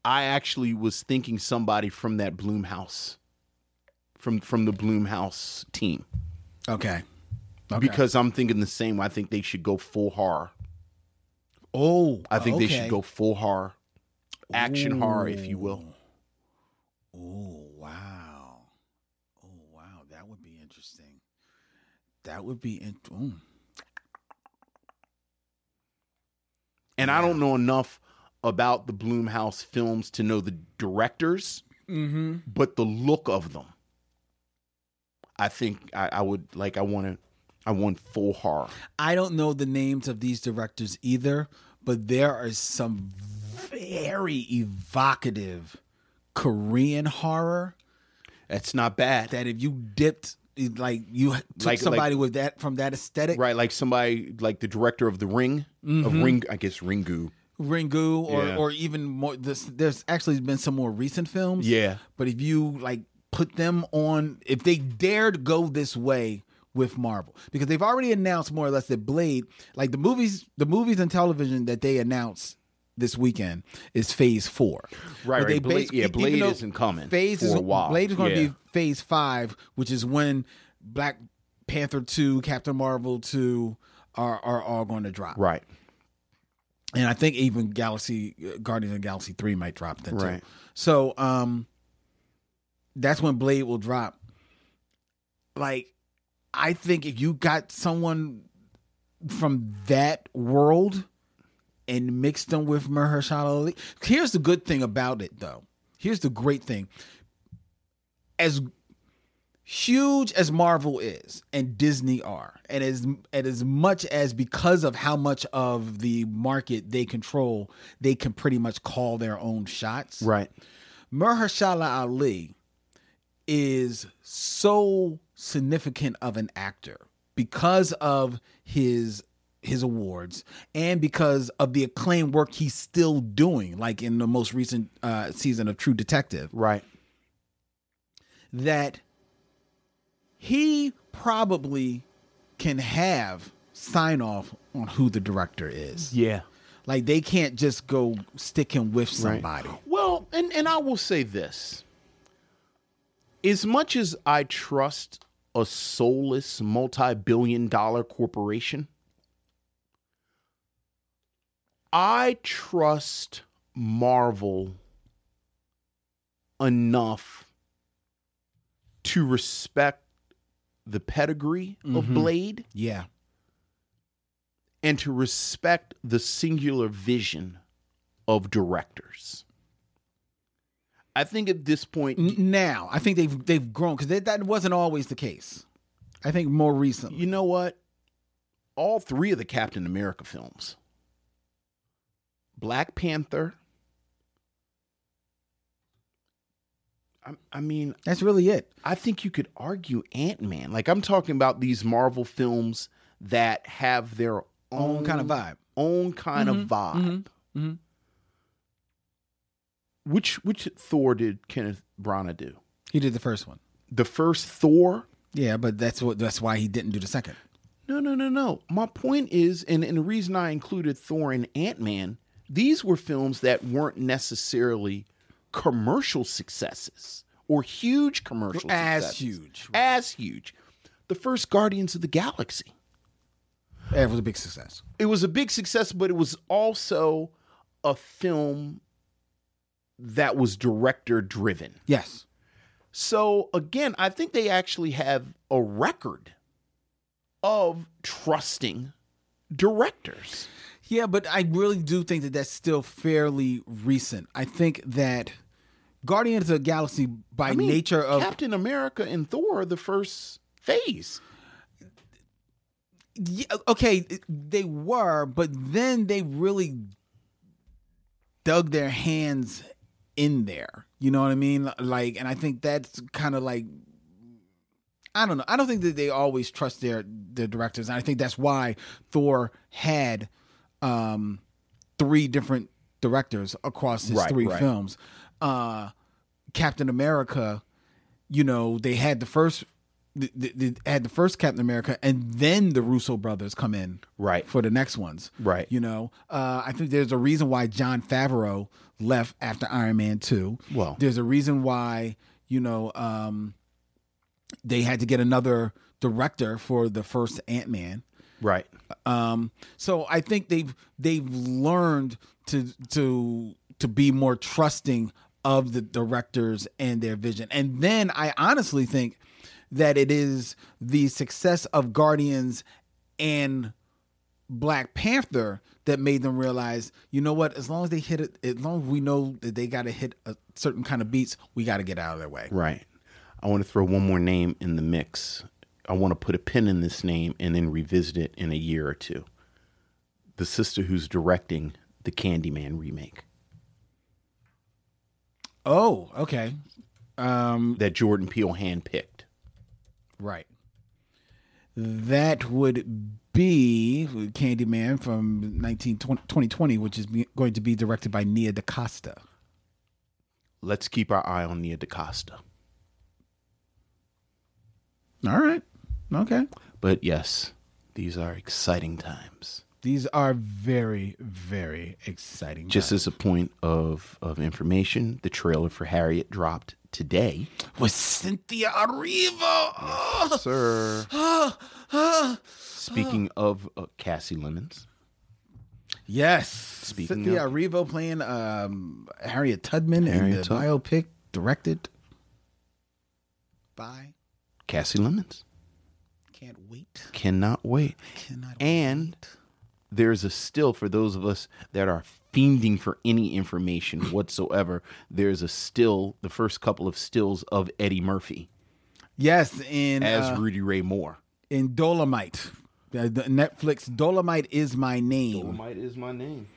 Speaker 1: I actually was thinking somebody from that Bloomhouse, from from the Bloomhouse team,
Speaker 2: Okay. Okay.
Speaker 1: because I'm thinking the same. I think they should go full horror.
Speaker 2: oh,
Speaker 1: I think they
Speaker 2: okay.
Speaker 1: should go full horror, action horror, if you will.
Speaker 2: Oh wow! Oh wow! That would be interesting. That would be in- ooh.
Speaker 1: And I don't know enough about the Bloomhouse films to know the directors, but the look of them. I think I, I would like. I want to. I want full horror.
Speaker 2: I don't know the names of these directors either, but there are some very evocative Korean horror
Speaker 1: That's not bad,
Speaker 2: that if you dipped like you took
Speaker 1: Like-
Speaker 2: somebody with that from that aesthetic,
Speaker 1: right? Like somebody, like the director of the Ring, of
Speaker 2: Mm-hmm.
Speaker 1: Ring. I guess Ringu.
Speaker 2: Ringu, or
Speaker 1: Yeah.
Speaker 2: or even more. This, there's actually been some more recent films.
Speaker 1: Yeah.
Speaker 2: But if you like put them on, if they dared go this way with Marvel, because they've already announced more or less that Blade, like the movies, the movies and television that they announced this weekend is Phase Four.
Speaker 1: Right,
Speaker 2: But
Speaker 1: right. Blade-
Speaker 2: basically-
Speaker 1: yeah,
Speaker 2: even
Speaker 1: Blade
Speaker 2: though
Speaker 1: isn't coming
Speaker 2: Phase
Speaker 1: for
Speaker 2: is
Speaker 1: a while.
Speaker 2: Blade is going to
Speaker 1: Yeah.
Speaker 2: be Phase Five, which is when Black Panther Two, Captain Marvel Two. Are, are all going to drop
Speaker 1: Right.
Speaker 2: and I think even Galaxy uh, Guardians of the Galaxy three might drop then
Speaker 1: Right.
Speaker 2: too. So um, that's when Blade will drop. Like, I think if you got someone from that world and mixed them with Mahershala Ali, here's the good thing about it though. Here's the great thing. As huge as Marvel is and Disney are, and as and as much as because of how much of the market they control, they can pretty much call their own shots.
Speaker 1: Right.
Speaker 2: Mahershala Ali is so significant of an actor because of his his awards and because of the acclaimed work he's still doing, like in the most recent uh, season of True Detective
Speaker 1: Right.
Speaker 2: that he probably can have sign off on who the director is.
Speaker 1: Yeah.
Speaker 2: Like they can't just go stick him with somebody.
Speaker 1: Well, and and I will say this. As much as I trust a soulless multi-billion dollar corporation, I trust Marvel enough to respect the pedigree of Blade
Speaker 2: Yeah.
Speaker 1: and to respect the singular vision of directors. I think at this point,
Speaker 2: N- Now, I think they've they've grown cuz that wasn't always the case. I think more recently.
Speaker 1: you know what? All three of the Captain America films Black Panther, I, I mean,
Speaker 2: That's really it.
Speaker 1: I think you could argue Ant Man. Like I'm talking about these Marvel films that have their own,
Speaker 2: Own kind of vibe.
Speaker 1: own kind of
Speaker 2: Mm-hmm.
Speaker 1: vibe. Which which Thor did Kenneth Branagh do?
Speaker 2: He did the first one.
Speaker 1: The first Thor?
Speaker 2: Yeah, but that's what that's why he didn't do the second.
Speaker 1: No, no, no, no. My point is, and, and the reason I included Thor and Ant Man, these were films that weren't necessarily commercial successes or huge commercial
Speaker 2: As
Speaker 1: successes.
Speaker 2: huge.
Speaker 1: As huge. The first Guardians of the Galaxy.
Speaker 2: It was a big success.
Speaker 1: It was a big success, but it was also a film that was director driven.
Speaker 2: Yes.
Speaker 1: So again, I think they actually have a record of trusting directors.
Speaker 2: Yeah, but I really do think that that's still fairly recent. I think that Guardians of the Galaxy, by
Speaker 1: I mean,
Speaker 2: nature of
Speaker 1: Captain America and Thor, are the first phase.
Speaker 2: Yeah, okay, they were, but then they really dug their hands in there. You know what I mean? Like, and I think that's kind of like I don't know. I don't think that they always trust their their directors, and I think that's why Thor had um, three different directors across his
Speaker 1: Right,
Speaker 2: three
Speaker 1: right.
Speaker 2: films. Uh, Captain America, you know, they had the first th- th- th- had the first Captain America, and then the Russo brothers come in
Speaker 1: Right.
Speaker 2: for the next ones.
Speaker 1: Right.
Speaker 2: You know, uh, I think there's a reason why John Favreau left after Iron Man 2.
Speaker 1: Well.
Speaker 2: there's a reason why, you know, um, they had to get another director for the first Ant Man.
Speaker 1: Right.
Speaker 2: Um, so I think they've they've learned to to to be more trusting of the directors and their vision. And then I honestly think that it is the success of Guardians and Black Panther that made them realize, you know what? As long as they hit it, as long as we know that they got to hit a certain kind of beats, we got to get out of their way.
Speaker 1: Right. I want to throw one more name in the mix. I want to put a pin in this name and then revisit it in a year or two. The sister who's directing the Candyman remake
Speaker 2: Oh, okay. Um,
Speaker 1: that Jordan Peele handpicked.
Speaker 2: Right. That would be Candyman from 19, 2020, which is be- going to be directed by Nia DaCosta.
Speaker 1: Let's keep our eye on Nia DaCosta.
Speaker 2: All right. Okay.
Speaker 1: But yes, these are exciting times.
Speaker 2: These are very, very exciting.
Speaker 1: Just as a point of, of information, the trailer for Harriet dropped today.
Speaker 2: with Cynthia Arrivo. Oh,
Speaker 1: Sir.
Speaker 2: <gasps> oh.
Speaker 1: Speaking of uh, Cassie Lemons,
Speaker 2: Yes.
Speaker 1: Speaking
Speaker 2: Cynthia
Speaker 1: of-
Speaker 2: Arrivo playing um, Harriet Tubman in the
Speaker 1: Harriet Tub-
Speaker 2: biopic directed by.
Speaker 1: Cassie Lemons
Speaker 2: Can't wait.
Speaker 1: cannot wait.
Speaker 2: Cannot
Speaker 1: And there's a still for those of us that are fiending for any <coughs> information whatsoever. There's a still, the first couple of stills of Eddie Murphy
Speaker 2: Yes, in
Speaker 1: as
Speaker 2: uh,
Speaker 1: Rudy Ray Moore.
Speaker 2: in Dolomite. Uh, the Netflix Dolomite is my name.
Speaker 1: Might is my name.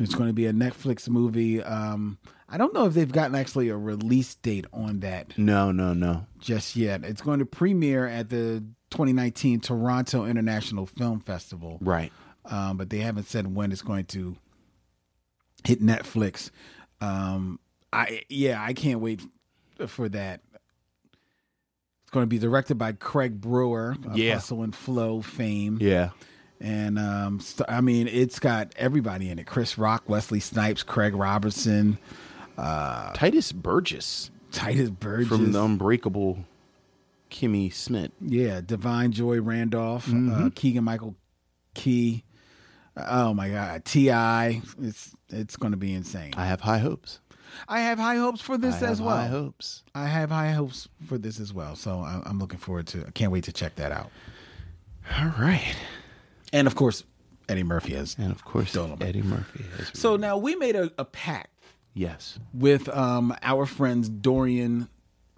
Speaker 2: It's going to be a Netflix movie. Um, I don't know if they've gotten actually a release date on that
Speaker 1: No, no, no.
Speaker 2: just yet. It's going to premiere at the 2019 Toronto International Film Festival,
Speaker 1: Right.
Speaker 2: um, but they haven't said when it's going to hit Netflix. Um, I yeah, I can't wait for that. It's going to be directed by Craig Brewer, of
Speaker 1: Yeah.
Speaker 2: Hustle and Flow fame.
Speaker 1: Yeah.
Speaker 2: And um, st- I mean, it's got everybody in it: Chris Rock, Wesley Snipes, Craig Robertson,
Speaker 1: Titus Burgess
Speaker 2: Titus Burgess,
Speaker 1: from the Unbreakable Kimmy Smith.
Speaker 2: yeah, Divine Joy Randolph,
Speaker 1: Mm-hmm.
Speaker 2: uh, Keegan Michael Key. Oh my God, Ti! It's it's going to be insane.
Speaker 1: I have high hopes.
Speaker 2: I have high hopes for this
Speaker 1: I
Speaker 2: as
Speaker 1: have
Speaker 2: well.
Speaker 1: High hopes.
Speaker 2: I have high hopes for this as well. So I- I'm looking forward to. I can't wait to check that out.
Speaker 1: All right.
Speaker 2: And of course, Eddie Murphy is.
Speaker 1: And of course,
Speaker 2: Dolomite.
Speaker 1: Eddie Murphy. Has
Speaker 2: So now we made a, a pact
Speaker 1: yes,
Speaker 2: with um, our friends Dorian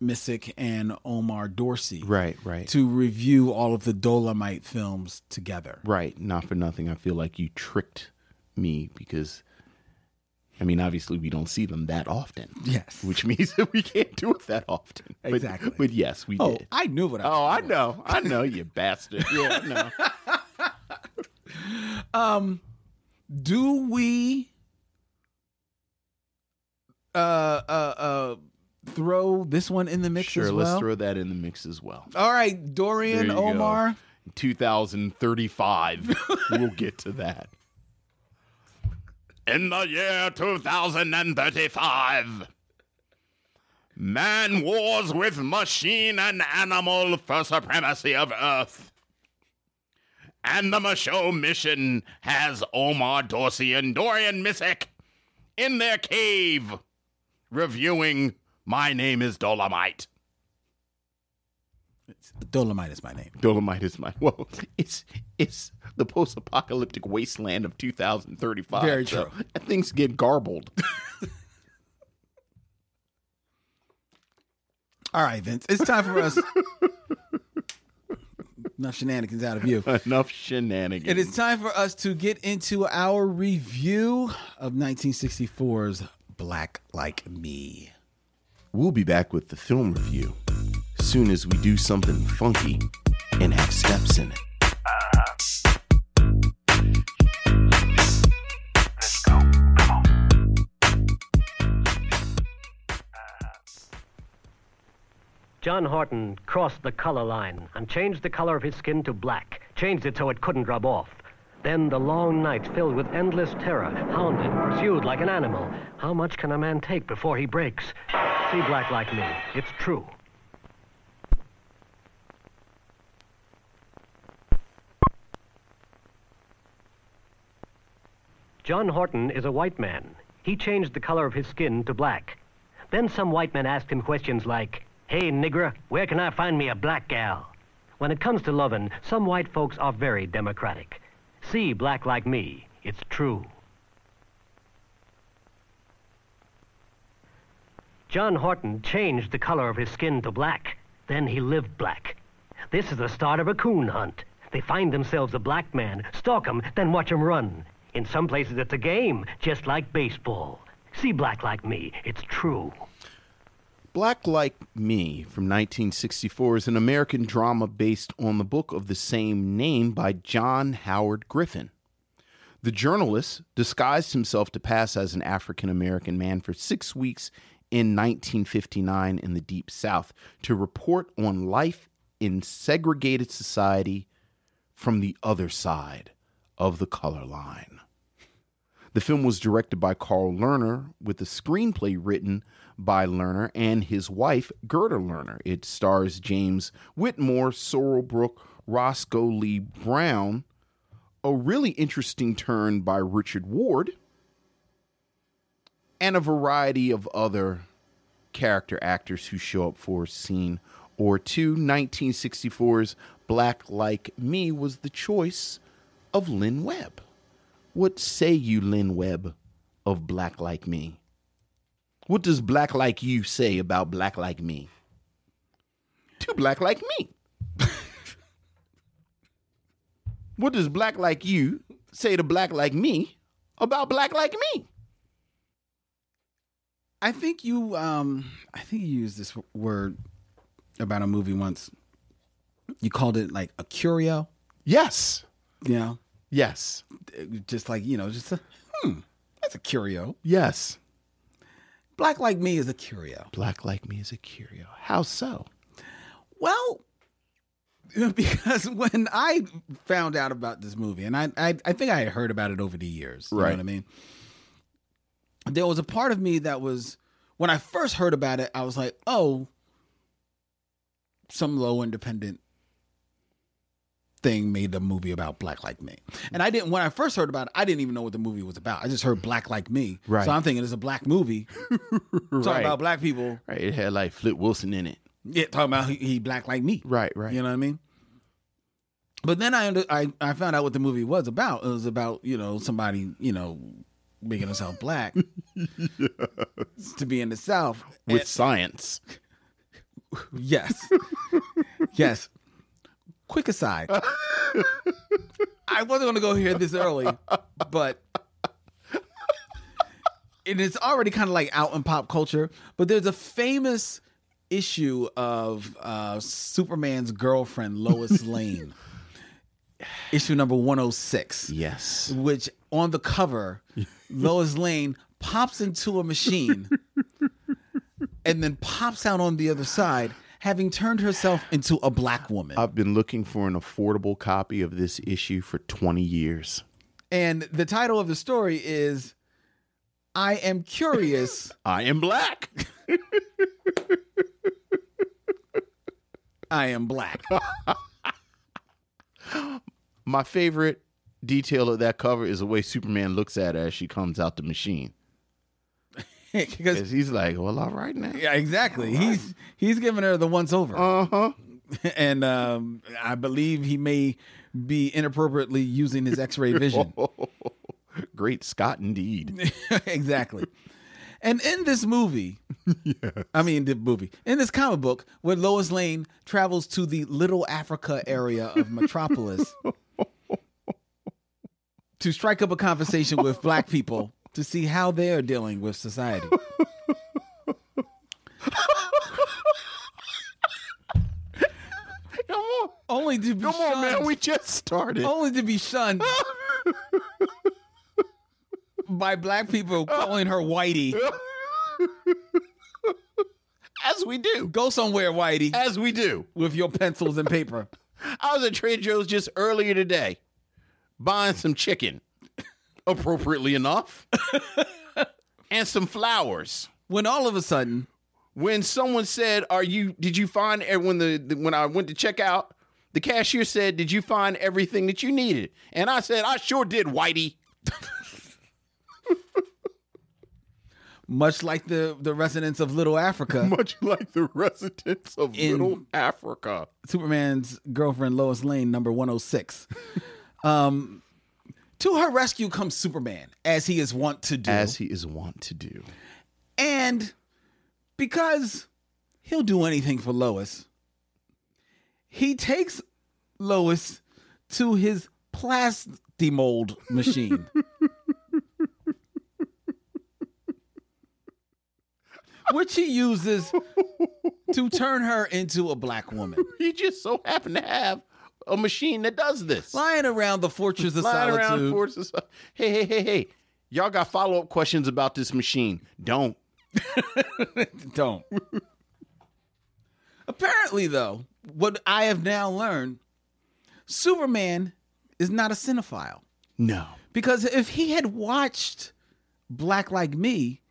Speaker 2: Missick and Omar Dorsey.
Speaker 1: right, right,
Speaker 2: To review all of the Dolomite films together.
Speaker 1: right. Not for nothing, I feel like you tricked me because I mean, obviously, we don't see them that often.
Speaker 2: Yes.
Speaker 1: Which means that we can't do it that often. But-
Speaker 2: Exactly.
Speaker 1: But, yes, we
Speaker 2: Oh,
Speaker 1: did.
Speaker 2: I knew what I
Speaker 1: Oh, I
Speaker 2: was
Speaker 1: know. I know, you
Speaker 2: <laughs>
Speaker 1: bastard. Yeah, I know.
Speaker 2: do we uh uh uh throw this one in the mix
Speaker 1: Sure,
Speaker 2: as well?
Speaker 1: let's throw that in the mix as well.
Speaker 2: All right,
Speaker 1: There
Speaker 2: Dorian
Speaker 1: you go.
Speaker 2: Omar.
Speaker 1: 2035. we'll get to that. In the year 2035, man wars with machine and animal for supremacy of Earth. And the Macho mission has Omar Dorsey and Dorian Missick in their cave reviewing My Name is Dolomite.
Speaker 2: Dolomite is my name.
Speaker 1: Dolomite is my <laughs> well. It's it's the post-apocalyptic wasteland of 2035.
Speaker 2: Very
Speaker 1: so
Speaker 2: true.
Speaker 1: <laughs> Things get garbled. <laughs>
Speaker 2: All right, Vince. It's time for
Speaker 1: <laughs>
Speaker 2: us. Enough shenanigans out of you.
Speaker 1: Enough shenanigans.
Speaker 2: It is time for us to get into our review of 1964's Black Like Me.
Speaker 1: We'll be back with the film review soon as we do something funky and have steps in it.
Speaker 3: John Horton crossed the color line and changed the color of his skin to black, changed it so it couldn't rub off. Then the long night filled with endless terror, hounded, pursued like an animal. How much can a man take before he breaks? See Black Like Me. It's true. John Horton is a white man. He changed the color of his skin to black. Then some white men asked him questions like, Hey, nigger, where can I find me a black gal? When it comes to lovin', some white folks are very democratic. See Black Like Me. It's true. John Horton changed the color of his skin to black. Then he lived black. This is the start of a coon hunt. They find themselves a black man, stalk him, then watch him run. In some places, it's a game, just like baseball. See Black Like Me. It's true.
Speaker 1: Black Like Me from 1964 is an American drama based on the book of the same name by John Howard Griffin. The journalist disguised himself to pass as an African American man for six weeks in 1959 in the Deep South to report on life in segregated society from the other side of the color line. The film was directed by Carl Lerner with a screenplay written by Lerner and his wife, Gerda Lerner. It stars James Whitmore, Sorrel Brook, Roscoe Lee Brown. A really interesting turn by Richard Ward, and a variety of other character actors who show up for a scene or two. 1964's Black Like Me was the choice of Lynn Webb. What say you, Lynn Webb, of Black Like Me? What does Black Like You say about Black Like Me? To Black Like Me. <laughs> what does Black Like You say to Black Like Me about Black Like Me?
Speaker 2: I think you um I think you used this word about a movie once. You called it like a curio,
Speaker 1: Yes.
Speaker 2: you know?
Speaker 1: Yes.
Speaker 2: Just like, you know, just a hmm, that's a curio.
Speaker 1: Yes.
Speaker 2: Black Like Me is a curio.
Speaker 1: Black Like Me is a curio. How so?
Speaker 2: Well, <laughs> because when I found out about this movie, and I, I, I think I had heard about it over the years. You know
Speaker 1: Right.
Speaker 2: what I mean? There was a part of me that was, when I first heard about it, I was like, oh, some low independent thing made a movie about black like me. And I didn't, when I first heard about it, I didn't even know what the movie was about. I just heard black like me.
Speaker 1: Right.
Speaker 2: So I'm thinking it's a
Speaker 1: <laughs>
Speaker 2: black movie talking about black people.
Speaker 1: right. It had like Flip Wilson in it.
Speaker 2: Yeah, talking about he, he black like me.
Speaker 1: Right, right.
Speaker 2: You know what I mean? But then I, under, I I found out what the movie was about. It was about you know somebody you know making himself black to be in the South.
Speaker 1: With science.
Speaker 2: Yes, yes. Quick aside, I wasn't going to go here this early, but and it's already kind of like out in pop culture, but there's a famous issue of uh, Superman's girlfriend Lois Lane, issue number one hundred six.
Speaker 1: Yes.
Speaker 2: which on the cover, Lois Lane pops into a machine and then pops out on the other side, having turned herself into a black woman.
Speaker 1: I've been looking for an affordable copy of this issue for 20 years.
Speaker 2: and the title of the story is I Am Curious.
Speaker 1: I am black.
Speaker 2: <laughs> I am black.
Speaker 1: My favorite detail of that cover is the way Superman looks at her as she comes out the machine.
Speaker 2: because
Speaker 1: 'Cause he's like, well, all right now.
Speaker 2: yeah, exactly. He's he's giving her the once over.
Speaker 1: Uh huh.
Speaker 2: <laughs> and um, I believe he may be inappropriately using his X-ray vision.
Speaker 1: Great Scott,
Speaker 2: <laughs>
Speaker 1: indeed.
Speaker 2: exactly. And in this
Speaker 1: <laughs>
Speaker 2: movie, I mean the movie, in this comic book, where Lois Lane travels to the Little Africa area
Speaker 1: <laughs>
Speaker 2: of Metropolis to strike up a conversation with black people to see how they are dealing with society.
Speaker 1: <laughs> Come on.
Speaker 2: Only to be
Speaker 1: Come on, man.
Speaker 2: shunned-
Speaker 1: We just started.
Speaker 2: only to be
Speaker 1: <laughs>
Speaker 2: shunned by black people calling her whitey.
Speaker 1: <laughs> As we do.
Speaker 2: Go somewhere,
Speaker 1: <laughs>
Speaker 2: whitey,
Speaker 1: As we do.
Speaker 2: with your pencils and paper.
Speaker 1: I was at Trader Joe's just earlier today buying some chicken, appropriately <laughs> enough, and some flowers.
Speaker 2: When all of a sudden,
Speaker 1: When someone said, "Are you? Did you find ev- when the, the when I went to check out?" The cashier said, "Did you find everything that you needed?" And I said, "I sure did, Whitey."
Speaker 2: much like the the residents of Little
Speaker 1: <laughs>
Speaker 2: Africa,
Speaker 1: Much like the residents of
Speaker 2: In-
Speaker 1: Little Africa.
Speaker 2: Superman's girlfriend Lois Lane, number one hundred six. um, to her rescue comes Superman, as he is wont to do,
Speaker 1: As he is wont to do.
Speaker 2: and because he'll do anything for Lois, he takes Lois to his plastimold machine. Which he uses to turn her into a black woman.
Speaker 1: He just so happened to have a machine that does this.
Speaker 2: Lying around the fortress of
Speaker 1: Flying
Speaker 2: solitude.
Speaker 1: around forces. Hey, hey, hey, hey. Y'all got follow up questions about this machine. Don't.
Speaker 2: Don't. Apparently, though, what I have now learned, Superman is not a cinephile.
Speaker 1: No.
Speaker 2: Because if he had watched Black Like Me,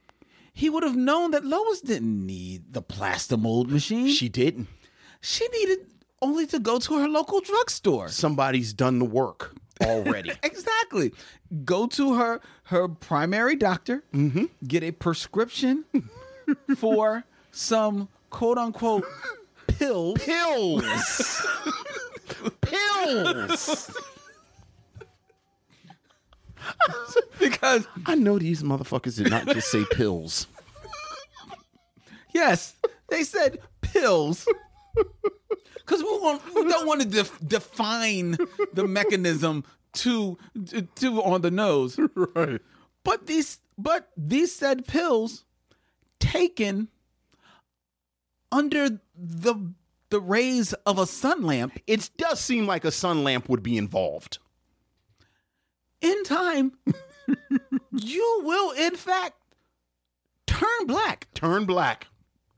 Speaker 2: he would have known that Lois didn't need the plastimold machine. She,
Speaker 1: She didn't.
Speaker 2: needed only to go to her local drugstore.
Speaker 1: Somebody's done the work <laughs> already.
Speaker 2: Exactly. Go to her her primary doctor, get a prescription <laughs> for some quote unquote pills.
Speaker 1: Pills. <laughs> Pills.
Speaker 2: <laughs> Because
Speaker 1: I know these motherfuckers did not just say pills.
Speaker 2: yes, they said pills. Because we, want, we don't want to def- define the mechanism too too on the nose.
Speaker 1: Right.
Speaker 2: But these but these said pills taken under the the rays of a sun lamp
Speaker 1: It does seem like a sun lamp would be involved.
Speaker 2: in time you will in fact turn black.
Speaker 1: Turn black.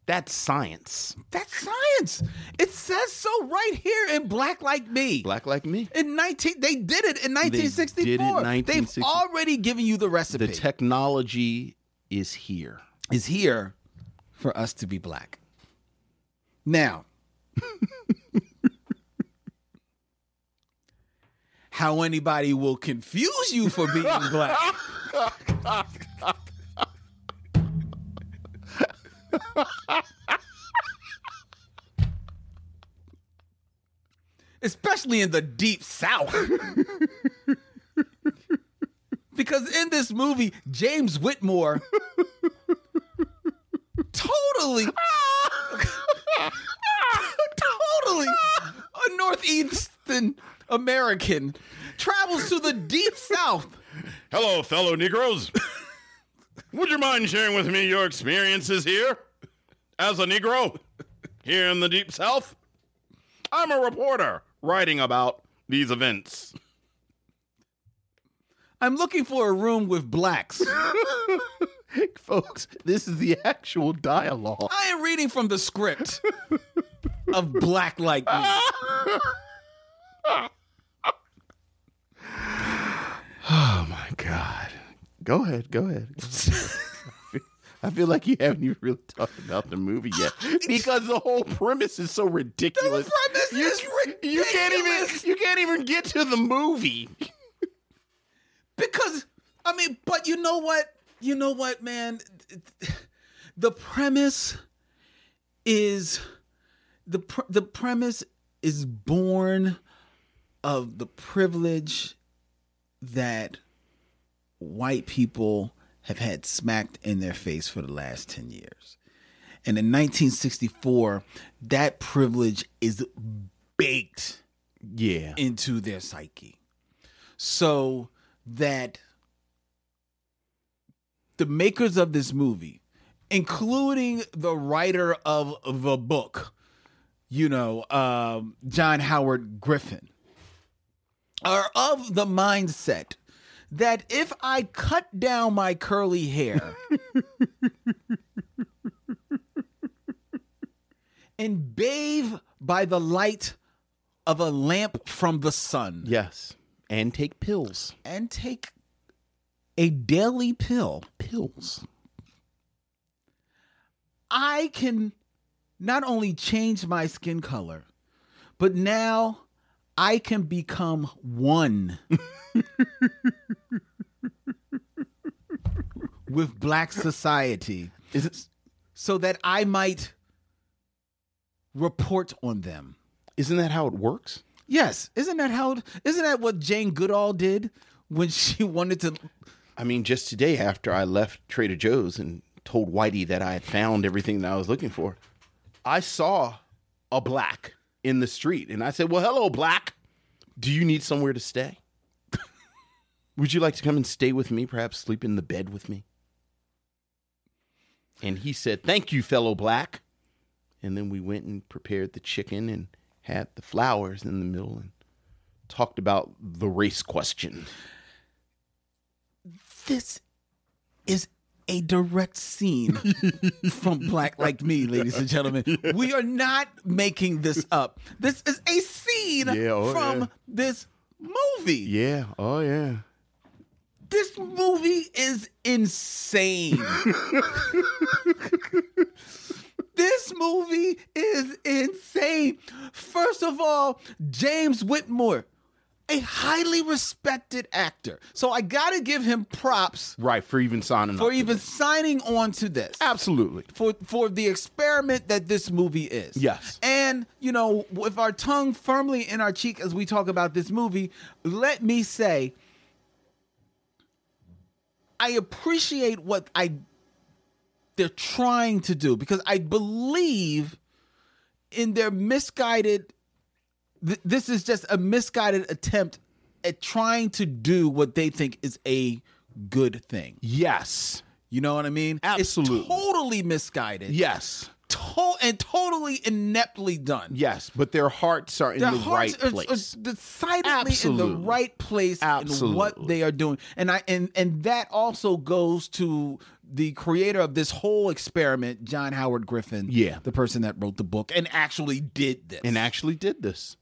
Speaker 1: That's science.
Speaker 2: That's science. It says so right here in Black Like Me.
Speaker 1: Black like me.
Speaker 2: In 19 they did it in 1964.
Speaker 1: did it in 1960.
Speaker 2: They've already given you the recipe.
Speaker 1: The technology is here.
Speaker 2: is here for us to be black. Now, <laughs> how anybody will confuse you for being black. <laughs> Especially in the deep south. <laughs> because in this movie, James Whitmore totally, totally a northeastern American travels to the deep south
Speaker 4: <laughs>
Speaker 1: Hello, fellow Negroes.
Speaker 4: Would you mind sharing with me your experiences here as a Negro here in the Deep South? I'm a reporter writing about these events.
Speaker 2: I'm looking for a room with blacks.
Speaker 4: Folks, this is the actual dialogue.
Speaker 2: I am reading from the script of Black Like Me.
Speaker 4: Oh my God. Go ahead, go ahead. <laughs> I feel like you haven't even really talked about the movie <laughs> yet because the whole premise is so ridiculous.
Speaker 2: premise
Speaker 4: you,
Speaker 2: is
Speaker 4: you can't even you can't even get to the movie.
Speaker 2: Because I mean, but you know what? You know what, man? The premise is the pr- the premise is born of the privilege that white people have had smacked in their face for the last 10 years. And in 1964, that privilege is baked
Speaker 4: Yeah.
Speaker 2: into their psyche so that the makers of this movie including the writer of the book you know um, john howard griffin are of the mindset that if i cut down my curly hair and bathe by the light of a lamp from the sun
Speaker 4: Yes. And take pills.
Speaker 2: and take a daily pill,
Speaker 4: Pills.
Speaker 2: I can not only change my skin color, but now I can become one <laughs> with black society
Speaker 4: Is it
Speaker 2: so that I might report on them.
Speaker 4: isn't that how it works?
Speaker 2: Yes, isn't that how isn't that what Jane Goodall did when she <laughs> wanted to
Speaker 4: I mean, just today after I left Trader Joe's and told Whitey that I had found everything that I was looking for, I saw a black in the street and I said, Well, hello, black. Do you need somewhere to stay? <laughs> Would you like to come and stay with me, perhaps sleep in the bed with me? And he said, Thank you, fellow black. And then we went and prepared the chicken and had the flowers in the middle and talked about the race question.
Speaker 2: this is a direct
Speaker 4: <laughs>
Speaker 2: scene from Black Like Me, ladies and gentlemen. We are not making this up. This is a scene
Speaker 4: Yeah, oh,
Speaker 2: from
Speaker 4: yeah.
Speaker 2: this movie.
Speaker 4: Yeah. Oh, yeah.
Speaker 2: This movie is
Speaker 4: <laughs>
Speaker 2: insane. this movie is insane. First of all, James Whitmore, a highly respected actor. So I gotta give him props
Speaker 4: Right, for even signing up.
Speaker 2: for
Speaker 4: to
Speaker 2: even
Speaker 4: this.
Speaker 2: signing on to this
Speaker 4: absolutely.
Speaker 2: for for the experiment that this movie is
Speaker 4: Yes.
Speaker 2: and you know with our tongue firmly in our cheek as we talk about this movie let me say i appreciate what i they're trying to do because i believe in their misguided th- this is just a misguided attempt at trying to do what they think is a good thing
Speaker 4: Yes,
Speaker 2: you know what I mean?
Speaker 4: Absolutely.
Speaker 2: It's totally misguided.
Speaker 4: yes,
Speaker 2: To- and totally ineptly done.
Speaker 4: yes. But their hearts are in
Speaker 2: Their
Speaker 4: the
Speaker 2: hearts
Speaker 4: right
Speaker 2: are, are
Speaker 4: place.
Speaker 2: decidedly in
Speaker 4: Absolutely.
Speaker 2: the right place in what
Speaker 4: Absolutely.
Speaker 2: they are doing. And I and and that also goes to the creator of this whole experiment, John Howard Griffin.
Speaker 4: Yeah.
Speaker 2: The person that wrote the book and actually did this.
Speaker 4: and actually did this.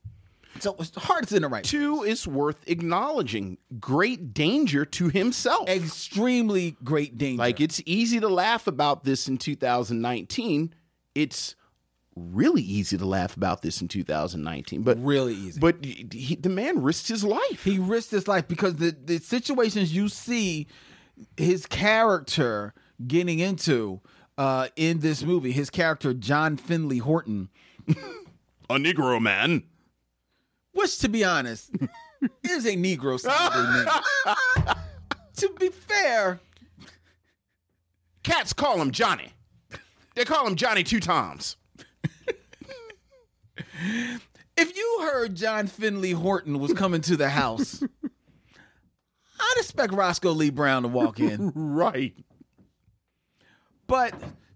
Speaker 2: so his heart's in the right
Speaker 4: Two is worth acknowledging. Great danger to himself.
Speaker 2: Extremely great danger.
Speaker 4: Like it's easy to laugh about this in 2019. It's really easy to laugh about this in 2019. But
Speaker 2: really easy.
Speaker 4: but he, the man risked his life.
Speaker 2: he risked his life because the, the situations you see his character getting into uh, in this movie, his character John Finley Horton,
Speaker 4: a Negro man.
Speaker 2: which to be honest is a Negro sounding name. to be fair,
Speaker 4: Cats call him Johnny. They call him Johnny two times.
Speaker 2: if you heard John Finley Horton was coming to the house, I'd expect Roscoe Lee Brown to walk in.
Speaker 4: Right.
Speaker 2: But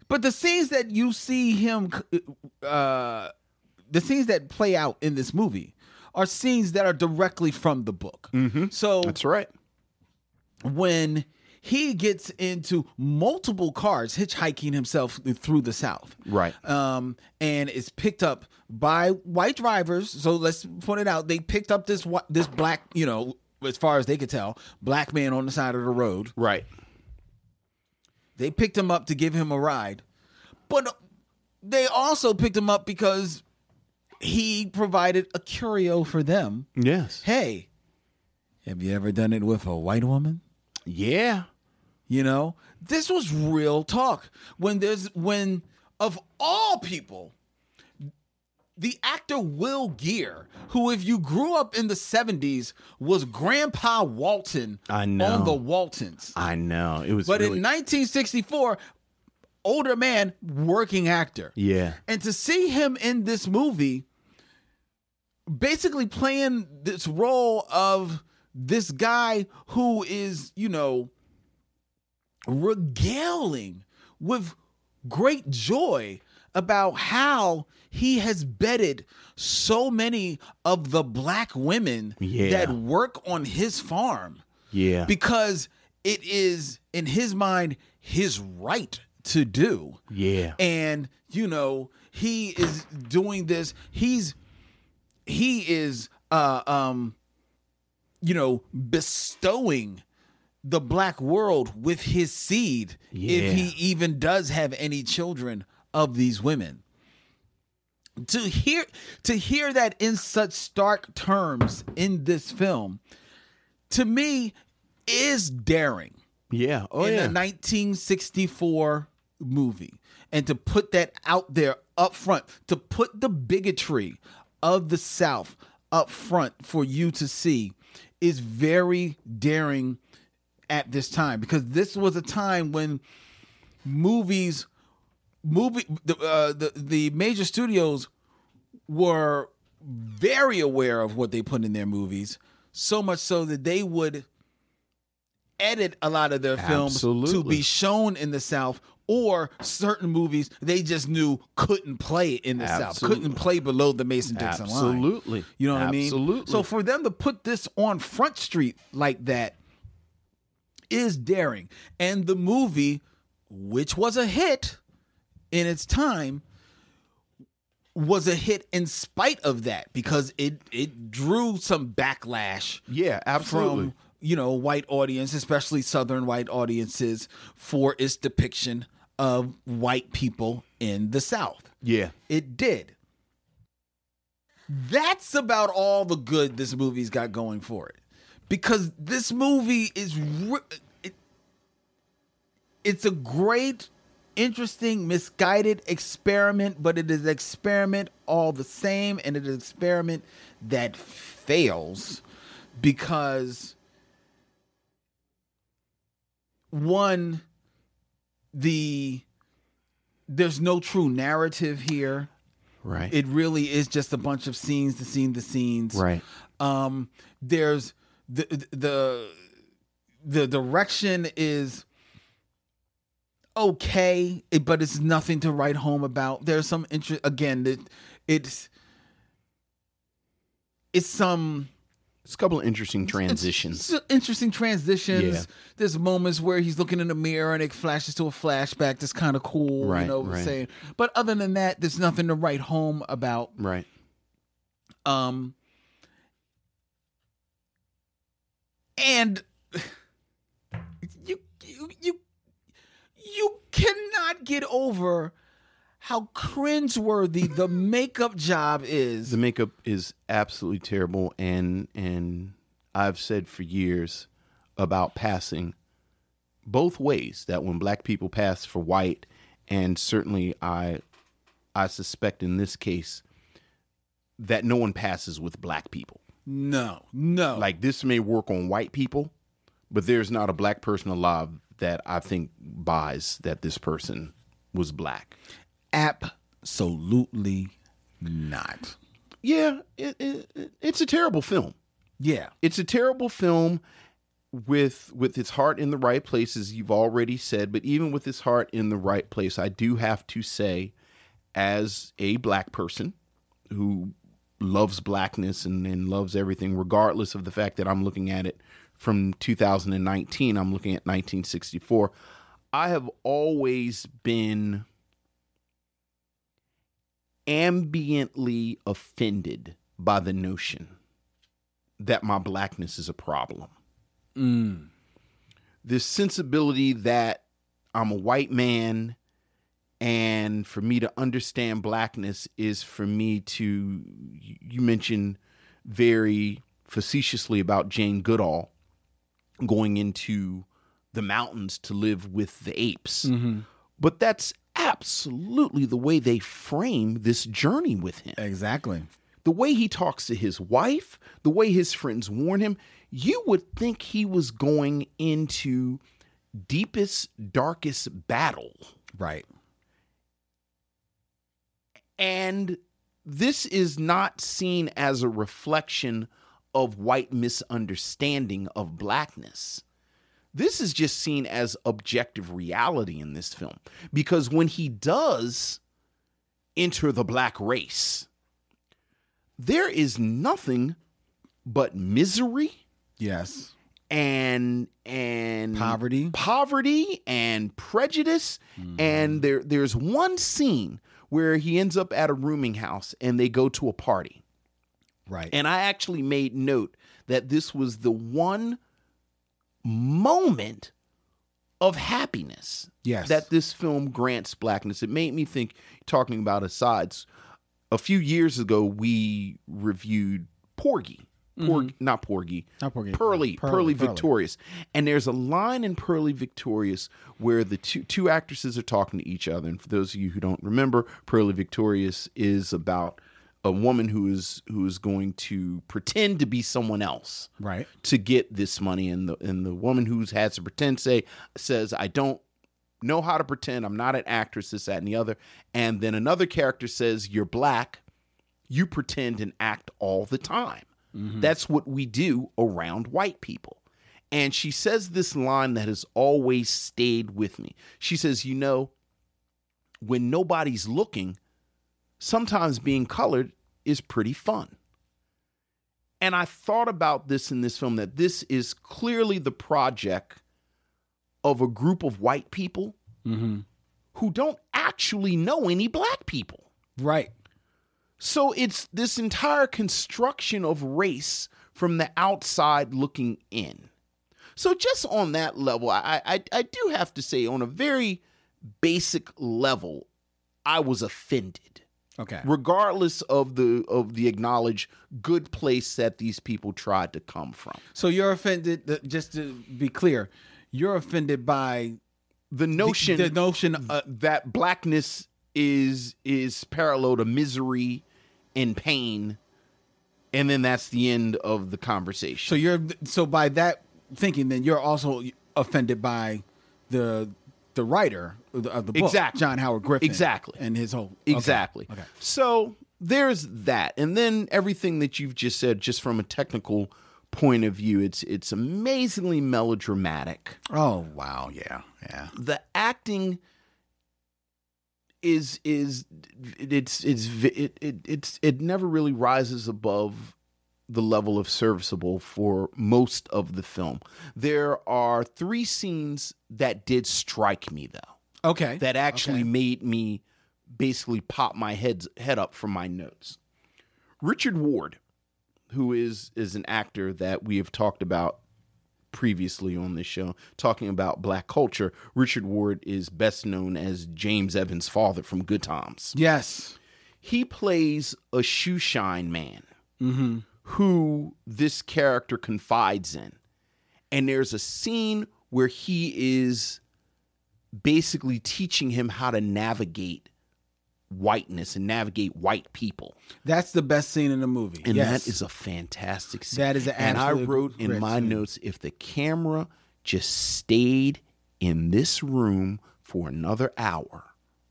Speaker 2: but the scenes that you see him, uh, the scenes that play out in this movie are scenes that are directly from the book. So
Speaker 4: Mm-hmm. That's right.
Speaker 2: when he gets into multiple cars hitchhiking himself through the South.
Speaker 4: Right.
Speaker 2: Um, and is picked up by white drivers. So let's point it out. They picked up this whi- this black, you know, as far as they could tell, black man on the side of the road.
Speaker 4: Right.
Speaker 2: They picked him up to give him a ride, but they also picked him up because he provided a curio for them.
Speaker 4: Yes.
Speaker 2: Hey, have you ever done it with a white woman?
Speaker 4: Yeah.
Speaker 2: You know, this was real talk. When there's when of all people, the actor Will Gear, who if you grew up in the 70s was Grandpa Walton
Speaker 4: I know.
Speaker 2: on the Waltons.
Speaker 4: I know. It was
Speaker 2: But
Speaker 4: really
Speaker 2: in 1964, older man, working actor.
Speaker 4: Yeah.
Speaker 2: And to see him in this movie basically playing this role of this guy who is, you know, regaling with great joy about how he has bedded so many of the black women
Speaker 4: Yeah.
Speaker 2: that work on his farm
Speaker 4: Yeah.
Speaker 2: because it is in his mind his right to do
Speaker 4: yeah.
Speaker 2: and you know he is doing this he's he is uh um you know bestowing the black world with his seed
Speaker 4: Yeah.
Speaker 2: if he even does have any children of these women to hear to hear that in such stark terms in this film to me is daring
Speaker 4: yeah. Oh
Speaker 2: in
Speaker 4: yeah.
Speaker 2: a 1964 movie and to put that out there up front to put the bigotry of the south up front for you to see is very daring at this time because this was a time when movies movie the uh, the, the major studios were very aware of what they put in their movies so much so that they would edit a lot of their films to
Speaker 4: Absolutely.
Speaker 2: be shown in the south or certain movies they just knew couldn't play in the south
Speaker 4: Absolutely.
Speaker 2: couldn't play below the mason-dixon line
Speaker 4: Absolutely.
Speaker 2: you know what I mean?
Speaker 4: Absolutely.
Speaker 2: So for them to put this on Front Street like that is daring. And the movie, which was a hit in its time, was a hit in spite of that because it it drew some backlash
Speaker 4: yeah. Absolutely.
Speaker 2: from you know white audience, especially southern white audiences, for its depiction of white people in the South.
Speaker 4: yeah.
Speaker 2: It did. That's about all the good this movie's got going for it. Because this movie is re- it, it's a great interesting misguided experiment, but it is experiment all the same and it is experiment that fails because one the there's no true narrative here.
Speaker 4: Right.
Speaker 2: It really is just a bunch of scenes to scene to scenes.
Speaker 4: right.
Speaker 2: Um, there's the the the direction is okay, it- but it's nothing to write home about. There's some interest again. It, it's it's some
Speaker 4: It's a couple of interesting
Speaker 2: it's-
Speaker 4: transitions.
Speaker 2: it's interesting transitions.
Speaker 4: Yeah.
Speaker 2: There's moments where he's looking in the mirror and it flashes to a flashback. That's kind of cool,
Speaker 4: Right,
Speaker 2: you know. what I'm
Speaker 4: right.
Speaker 2: Saying, but other than that, there's nothing to write home about.
Speaker 4: Right.
Speaker 2: Um, and <sighs> you you you you cannot get over how cringeworthy the <laughs> makeup job is.
Speaker 4: The makeup is absolutely terrible, and and I've said for years about passing both ways that when black people pass for white, and certainly I I suspect in this case that no one passes with black people.
Speaker 2: No, no,
Speaker 4: Oh. Like this may work on white people, but there's not a black person alive that I think buys that this person was black.
Speaker 2: absolutely not.
Speaker 4: Yeah, it, it, it- it's a terrible film.
Speaker 2: Yeah.
Speaker 4: It's a terrible film, with with his heart in the right place, as you've already said, but even with his heart in the right place, I do have to say, as a black person who loves blackness and, and loves everything, regardless of the fact that I'm looking at it from 2019, I'm looking at 1964. I have always been ambiently offended by the notion that my blackness is a problem.
Speaker 2: Mm.
Speaker 4: This sensibility that I'm a white man and for me to understand blackness is for me to you mentioned very facetiously about Jane Goodall going into the mountains to live with the apes. But that's absolutely the way they frame this journey with him
Speaker 2: Exactly.
Speaker 4: the way he talks to his wife, the way his friends warn him, you would think he was going into deepest, darkest battle.
Speaker 2: Right.
Speaker 4: And this is not seen as a reflection of white misunderstanding of blackness. This is just seen as objective reality in this film because when he does enter the black race, there is nothing but misery
Speaker 2: Yes.
Speaker 4: and and
Speaker 2: Poverty. Mm-hmm.
Speaker 4: poverty and prejudice and there there's one scene where he ends up at a rooming house and they go to a party
Speaker 2: Right.
Speaker 4: and I actually made note that this was the one moment of happiness
Speaker 2: Yes.
Speaker 4: that this film grants blackness. It made me think, talking about asides, a few years ago we reviewed Porgy. Porgy Not Porgy.
Speaker 2: Not Porgy. Pearly,
Speaker 4: Pearly, Pearly,
Speaker 2: Pearly.
Speaker 4: Victorious. And there's a line in Pearly Victorious where the two, two actresses are talking to each other. And for those of you who don't remember, Pearly Victorious is about a woman who is who is going to pretend to be someone else
Speaker 2: right.
Speaker 4: to get this money and the and the woman who's had to pretend say says I don't know how to pretend I'm not an actress this that and the other and then another character says you're black you pretend and act all the time that's what we do around white people and she says this line that has always stayed with me she says you know when nobody's looking sometimes being colored is pretty fun and I thought about this in this film that this is clearly the project of a group of white people Mm-hmm. who don't actually know any black people.
Speaker 2: Right.
Speaker 4: So it's this entire construction of race from the outside looking in. So just on that level, I I, I do have to say, on a very basic level, I was offended
Speaker 2: Okay.
Speaker 4: regardless of the of the acknowledged good place that these people tried to come from.
Speaker 2: So you're offended. th- Just to be clear, you're offended by the-
Speaker 4: The notion
Speaker 2: the notion of
Speaker 4: uh, that blackness is is parallel to misery and pain, and then that's the end of the
Speaker 2: So
Speaker 4: conversation.
Speaker 2: you're so by that thinking, then you're also offended by the the writer of the, of the book,
Speaker 4: Exactly.
Speaker 2: John Howard Griffin,
Speaker 4: Exactly.
Speaker 2: and his whole okay.
Speaker 4: exactly.
Speaker 2: Okay.
Speaker 4: So there's that, and then everything that you've just said, just from a technical point of view, it's it's amazingly melodramatic.
Speaker 2: Oh wow, yeah, yeah,
Speaker 4: the acting is is it's it's vi- it, it it's it never really rises above the level of serviceable for most of the film. There are three scenes that did strike me though
Speaker 2: okay,
Speaker 4: that actually
Speaker 2: Okay.
Speaker 4: made me basically pop my head head up from my notes. Richard Ward, who is is an actor that we have talked about previously on this show, talking about black culture. Richard Ward is best known as James Evans' father from Good Times.
Speaker 2: yes,
Speaker 4: He plays a shoe shine man
Speaker 2: mm-hmm.
Speaker 4: who this character confides in. And there's a scene where he is basically teaching him how to navigate whiteness and navigate white people.
Speaker 2: That's the best scene in the movie,
Speaker 4: And
Speaker 2: yes.
Speaker 4: that is a fantastic scene.
Speaker 2: That is an
Speaker 4: And I
Speaker 2: absolute
Speaker 4: wrote in
Speaker 2: great
Speaker 4: my
Speaker 2: scene.
Speaker 4: notes if the camera just stayed in this room for another hour,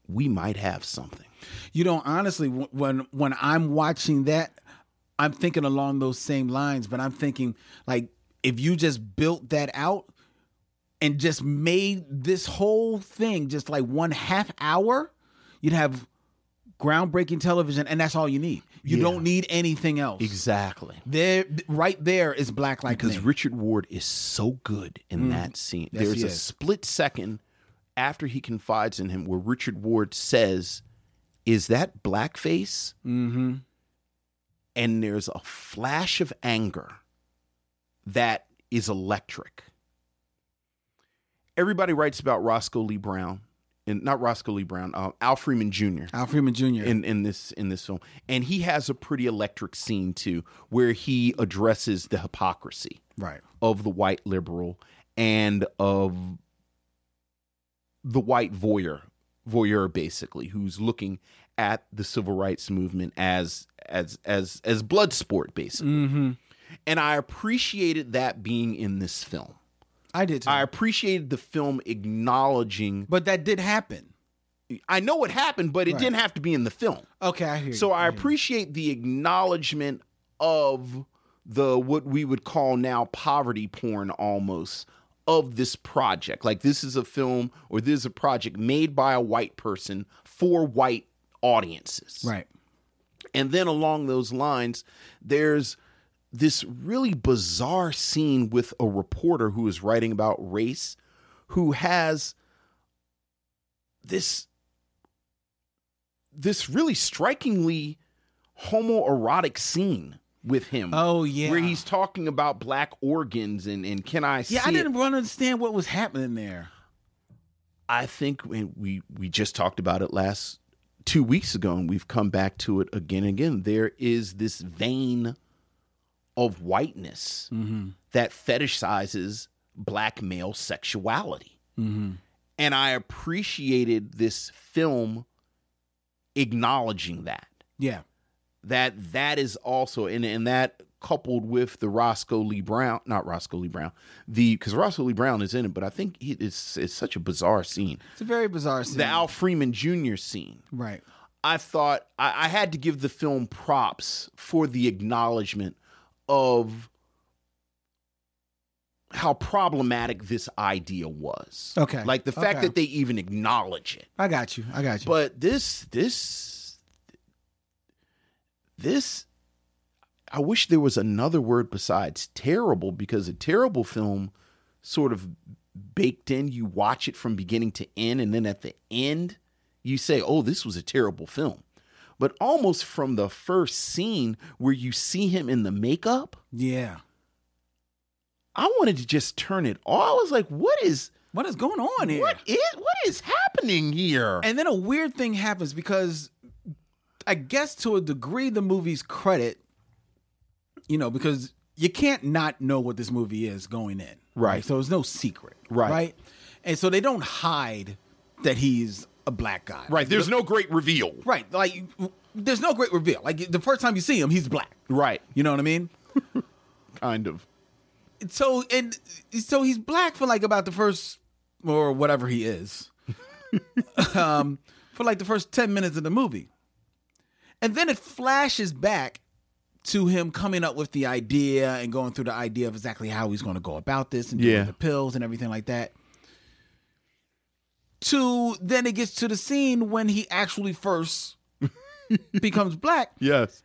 Speaker 4: we might have something.
Speaker 2: you don't honestly w- when when I'm watching that, I'm thinking along those same lines, but I'm thinking like if you just built that out and just made this whole thing just like one half hour, you'd have groundbreaking television, and that's all you need. You
Speaker 4: Yeah.
Speaker 2: don't need anything else.
Speaker 4: Exactly.
Speaker 2: There, right there is Black Lightning.
Speaker 4: because Richard Ward is so good in that scene.
Speaker 2: Mm. Yes,
Speaker 4: There's
Speaker 2: he
Speaker 4: a
Speaker 2: is.
Speaker 4: split second after he confides in him where Richard Ward says, "Is that blackface?" Mm-hmm. And there's a flash of anger that is electric. Everybody writes about Roscoe Lee Brown, and not Roscoe Lee Brown, uh, Al Freeman Jr
Speaker 2: Al Freeman Jr.
Speaker 4: in in this in this film and he has a pretty electric scene too where he addresses the hypocrisy
Speaker 2: right.
Speaker 4: of the white liberal and of the white voyeur voyeur basically who's looking at the civil rights movement as as as as blood sport basically
Speaker 2: Mm-hmm.
Speaker 4: and i appreciated that being in this film
Speaker 2: I did too.
Speaker 4: i appreciated the film acknowledging
Speaker 2: but that did happen.
Speaker 4: i know what happened but it
Speaker 2: Right.
Speaker 4: didn't have to be in the film
Speaker 2: Okay, I hear
Speaker 4: So
Speaker 2: you.
Speaker 4: I
Speaker 2: hear
Speaker 4: appreciate the acknowledgement of the what we would call now poverty porn almost of this project. Like this is a film or this is a project made by a white person for white audiences.
Speaker 2: you. right.
Speaker 4: And then along those lines, there's this really bizarre scene with a reporter who is writing about race who has this this really strikingly homoerotic scene with him.
Speaker 2: Oh, yeah.
Speaker 4: Where he's talking about black organs and, and can I see
Speaker 2: Yeah, I
Speaker 4: it?
Speaker 2: didn't really understand what was happening there.
Speaker 4: I think we, we we just talked about it last two weeks ago, and we've come back to it again and again. There is this vein of whiteness that fetishizes black male sexuality, Mm-hmm. and I appreciated this film acknowledging that
Speaker 2: Yeah.
Speaker 4: that that is also and and that coupled with the Roscoe Lee Brown, not Roscoe Lee Brown, the because Roscoe Lee Brown is in it, but I think he, it's it's such a bizarre scene
Speaker 2: It's a very bizarre scene.
Speaker 4: the Al Freeman Jr. scene.
Speaker 2: right.
Speaker 4: I thought I, I had to give the film props for the acknowledgement of how problematic this idea was.
Speaker 2: Okay.
Speaker 4: Like the fact
Speaker 2: Okay.
Speaker 4: that they even acknowledge it.
Speaker 2: I got you. I got you.
Speaker 4: But this this this I wish there was another word besides terrible because a terrible film sort of baked in you watch it from beginning to end and then at the end you say oh this was a terrible film but almost from the first scene where you see him in the makeup
Speaker 2: yeah.
Speaker 4: I wanted to just turn it off I was like what is
Speaker 2: What is going on here?
Speaker 4: what is what is happening here
Speaker 2: And then a weird thing happens because I guess to a degree the movie's credit, you know, because you can't not know what this movie is going in.
Speaker 4: Right.
Speaker 2: So it's no secret.
Speaker 4: Right.
Speaker 2: Right. And so they don't hide that he's a black guy.
Speaker 4: right there's no great reveal
Speaker 2: Right. Like there's no great reveal. Like the first time you see him, he's black.
Speaker 4: right
Speaker 2: You know what I mean?
Speaker 4: kind of
Speaker 2: so and so he's black for like about the first or whatever he is um for like the first 10 minutes of the movie and then it flashes back to him coming up with the idea and going through the idea of exactly how he's going to go about this and doing
Speaker 4: Yeah.
Speaker 2: the pills and everything like that to then it gets to the scene when he actually first becomes black
Speaker 4: Yes.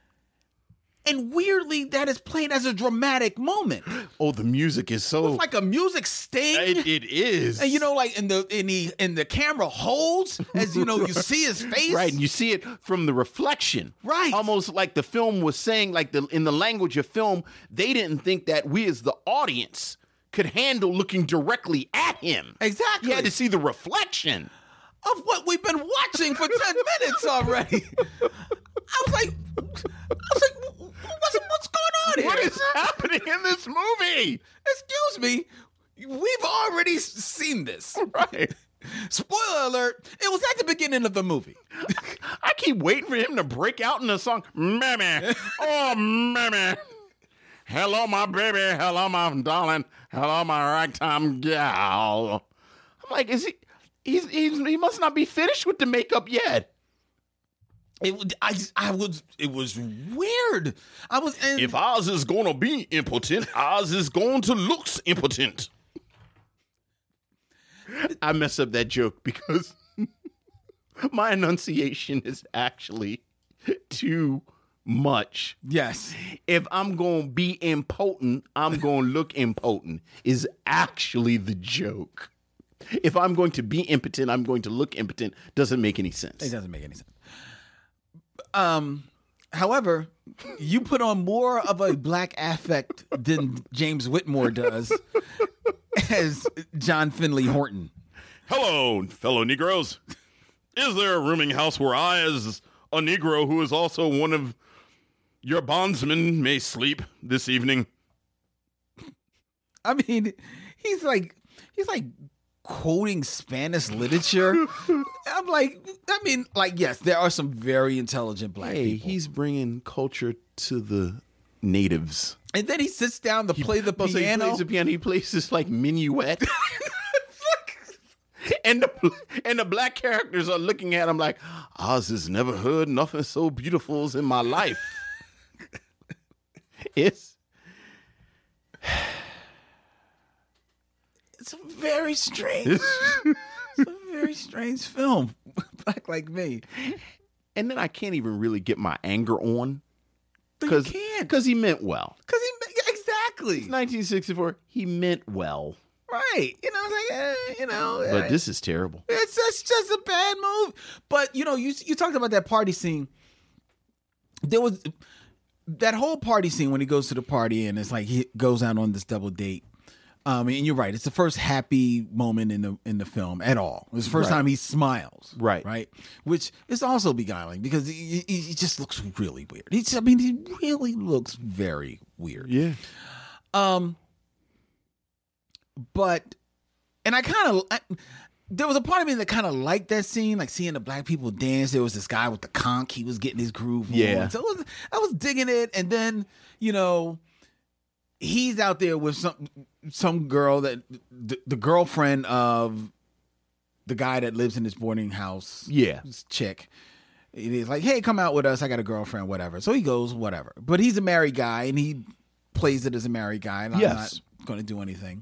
Speaker 2: and weirdly that is played as a dramatic moment
Speaker 4: Oh, the music is so.
Speaker 2: it's like a music sting
Speaker 4: it, it is.
Speaker 2: And you know, like in the in the and the camera holds as you know
Speaker 4: <laughs>
Speaker 2: you see his face.
Speaker 4: Right, and you see it from the reflection.
Speaker 2: Right.
Speaker 4: almost like the film was saying, like the in the language of film, they didn't think that we as the audience could handle looking directly at him.
Speaker 2: Exactly.
Speaker 4: You had to see the reflection.
Speaker 2: of what we've been watching for
Speaker 4: <laughs>
Speaker 2: ten minutes already. I was like, I was like, "Wh- wh- what's, what's going on here? <laughs>
Speaker 4: What is happening in this movie?
Speaker 2: Excuse me, we've already s- seen this.
Speaker 4: Right.
Speaker 2: Spoiler alert! It was at the beginning of the movie.
Speaker 4: I keep waiting for him to break out in the song, Mammy.
Speaker 2: <laughs>
Speaker 4: Oh, Mammy. Hello, my baby. Hello, my darling. Hello, my ragtime gal. I'm like, is he? He's, he's he must not be finished with the makeup yet.
Speaker 2: It would- I I was it was weird. I was and
Speaker 4: If Oz is gonna be impotent, Oz is going to looks impotent. I mess up that joke because <laughs> my enunciation is actually too much.
Speaker 2: yes.
Speaker 4: If I'm gonna be impotent, I'm gonna look impotent is actually the joke. If I'm going to be impotent, I'm going to look impotent doesn't make any
Speaker 2: It
Speaker 4: sense.
Speaker 2: doesn't make any sense. Um, however, you put on more of a black affect than James Whitmore does as John Finley Horton.
Speaker 4: Hello, fellow Negroes. Is there a rooming house where I, as a Negro who is also one of your bondsmen, may sleep this evening?
Speaker 2: I mean, he's like he's like quoting Spanish literature. I'm like, I mean, like yes, there are some very intelligent black people.
Speaker 4: he's bringing culture to the natives.
Speaker 2: And then he sits down to play the
Speaker 4: Oh, so he
Speaker 2: piano. <laughs>
Speaker 4: plays the piano. He plays this like minuet. and the <laughs> and the black characters are looking at him like, Oz has never heard nothing so beautiful as in my life. <laughs> it's
Speaker 2: it's a very strange, it's a very strange film. <laughs> Black like me.
Speaker 4: and then I can't even really get my anger on
Speaker 2: But you
Speaker 4: because
Speaker 2: can't.
Speaker 4: because he meant well.
Speaker 2: Because he yeah, exactly
Speaker 4: 1964, he meant well,
Speaker 2: right. You know, it's like eh, you know,
Speaker 4: but
Speaker 2: eh,
Speaker 4: this is terrible.
Speaker 2: it's just, just a bad move. But you know, you you talked about that party scene. There was that whole party scene when he goes to the party and it's like he goes out on this double date. Um, and you're right. It's the first happy moment in the in the film at all. It's the first time he smiles.
Speaker 4: Right.
Speaker 2: Right. Which is also beguiling because he, he, he just looks really weird. He's, I mean, he really looks very weird.
Speaker 4: Yeah,
Speaker 2: Um, but, and I kind of, there was a part of me that kind of liked that scene, like seeing the black people dance. There was this guy with the conch; he was getting his groove.
Speaker 4: Yeah.
Speaker 2: on. so it was, I was digging it, and then you know, he's out there with some some girl that the, the girlfriend of the guy that lives in his boarding house
Speaker 4: yeah.
Speaker 2: this chick. And he's like, hey, come out with us. I got a girlfriend, whatever. So he goes, whatever. But he's a married guy and he plays it as a married guy. And I'm
Speaker 4: Yes.
Speaker 2: not going to do anything.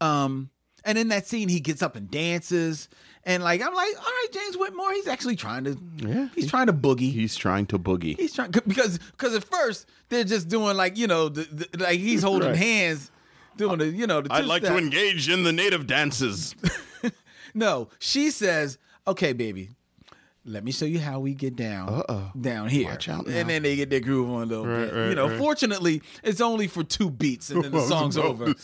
Speaker 2: Um, and in that scene, he gets up and dances. And like, I'm like, all right, James Whitmore, he's actually trying to,
Speaker 4: Yeah.
Speaker 2: he's trying to boogie.
Speaker 4: He's trying to boogie.
Speaker 2: He's trying because because at first they're just doing like you know the, the, like he's
Speaker 4: <laughs>
Speaker 2: holding
Speaker 4: Right.
Speaker 2: hands, doing the you know the. two-step.
Speaker 4: engage in the native dances.
Speaker 2: No, she says, "Okay, baby, let me show you how we get down down here."
Speaker 4: Watch out now.
Speaker 2: And then they get their groove on a little bit.
Speaker 4: right,
Speaker 2: you know,
Speaker 4: right.
Speaker 2: fortunately, it's only for two beats, and then
Speaker 4: <laughs>
Speaker 2: the song's over.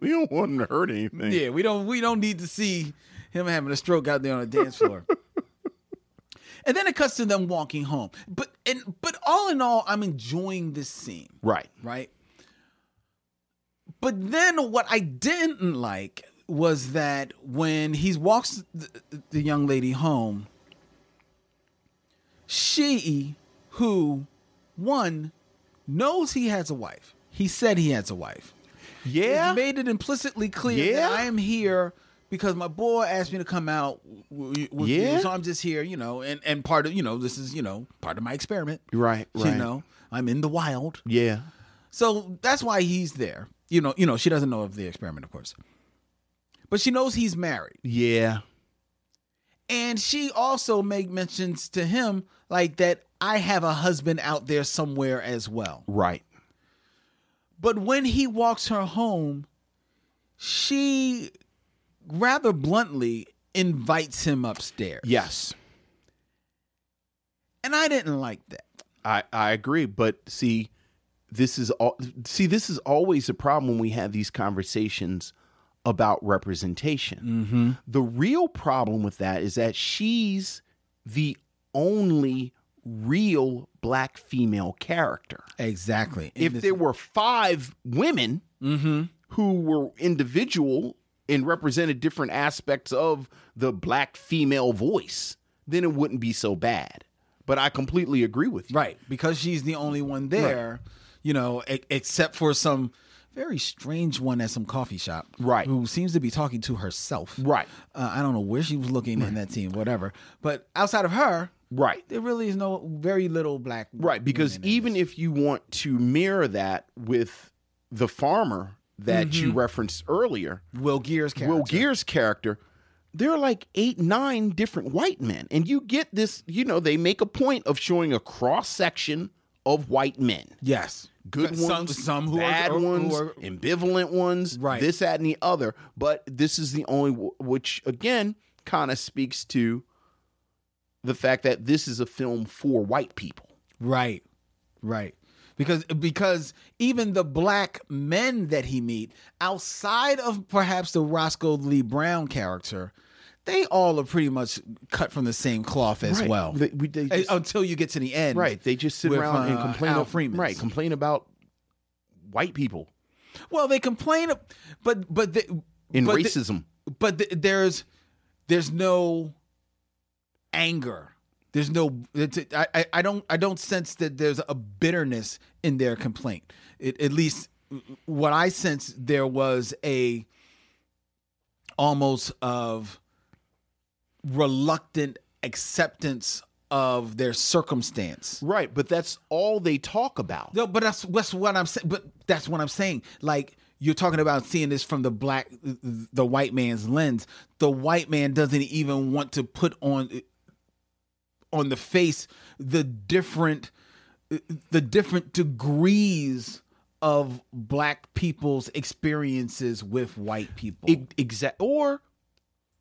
Speaker 4: we don't want him to hurt anything.
Speaker 2: Yeah, we don't we don't need to see him having a stroke out there on the dance floor. and then it cuts to them walking home. But and but all in all, I'm enjoying this scene.
Speaker 4: Right.
Speaker 2: right? But then what I didn't like was that when he walks the, the young lady home, she, who, one, knows he has a wife. He said he has a wife.
Speaker 4: Yeah.
Speaker 2: It's made it implicitly clear
Speaker 4: Yeah.
Speaker 2: that I am here because my boy asked me to come out w- with
Speaker 4: Yeah.
Speaker 2: you. So I'm just here, you know, and, and part of, you know, this is, you know, part of my experiment.
Speaker 4: Right,
Speaker 2: You
Speaker 4: right.
Speaker 2: know, I'm in the wild.
Speaker 4: yeah.
Speaker 2: So that's why he's there. You know, you know, she doesn't know of the experiment, of course. But she knows he's married.
Speaker 4: Yeah.
Speaker 2: And she also make mentions to him like that I have a husband out there somewhere as well.
Speaker 4: Right.
Speaker 2: But when he walks her home, she rather bluntly invites him upstairs.
Speaker 4: Yes.
Speaker 2: And I didn't like that.
Speaker 4: I, I agree, but see, this is all. See, this is always a problem when we have these conversations about representation. The real problem with that is that she's the only real black female character.
Speaker 2: Exactly.
Speaker 4: if there were five women who were individual and represented different aspects of the black female voice, then it wouldn't be so bad. But I completely agree with you.
Speaker 2: Right, because she's the only one there, you know, e- except for some very strange one at some coffee shop.
Speaker 4: Right.
Speaker 2: Who seems to be talking to herself.
Speaker 4: Right.
Speaker 2: Uh, I don't know where she was looking in that scene, whatever. But outside of her,
Speaker 4: Right.
Speaker 2: there really is no very little black.
Speaker 4: Right, because
Speaker 2: women in
Speaker 4: even
Speaker 2: this.
Speaker 4: if you want to mirror that with the farmer that you referenced earlier,
Speaker 2: Will Gear's Mm-hmm. character,
Speaker 4: Will Gear's character, there are like eight, nine different white men. And you get this, you know, they make a point of showing a cross section of white men.
Speaker 2: yes,
Speaker 4: Good
Speaker 2: Some-
Speaker 4: ones,
Speaker 2: some who are-
Speaker 4: bad
Speaker 2: or- who
Speaker 4: ones,
Speaker 2: are-
Speaker 4: ambivalent ones,
Speaker 2: Right.
Speaker 4: this, that, and the other. But this is the only, w- which again kind of speaks to the fact that this is a film for white people.
Speaker 2: Right. Right. Because because even the black men that he meet outside of perhaps the Roscoe Lee Brown character, they all are pretty much cut from the same cloth as
Speaker 4: Right.
Speaker 2: well.
Speaker 4: They- we- they
Speaker 2: Uh,
Speaker 4: just-
Speaker 2: Until you get to the end.
Speaker 4: Right. They just sit
Speaker 2: with,
Speaker 4: around and
Speaker 2: uh,
Speaker 4: complain
Speaker 2: Al
Speaker 4: about
Speaker 2: Freeman's.
Speaker 4: Right, complain about white people
Speaker 2: Well, they complain ab- but but the,
Speaker 4: in
Speaker 2: but the-
Speaker 4: racism.
Speaker 2: but th- there's there's no anger there's no it's, I, I i don't i don't sense that there's a bitterness in their complaint it, at least what i sense there was a almost of reluctant acceptance of their circumstance
Speaker 4: right, but that's all they talk about.
Speaker 2: no, but that's that's what I'm saying. But that's what I'm saying. Like you're talking about seeing this from the black, the white man's lens. The white man doesn't even want to put on on the face the different the different degrees of black people's experiences with white people.
Speaker 4: exact or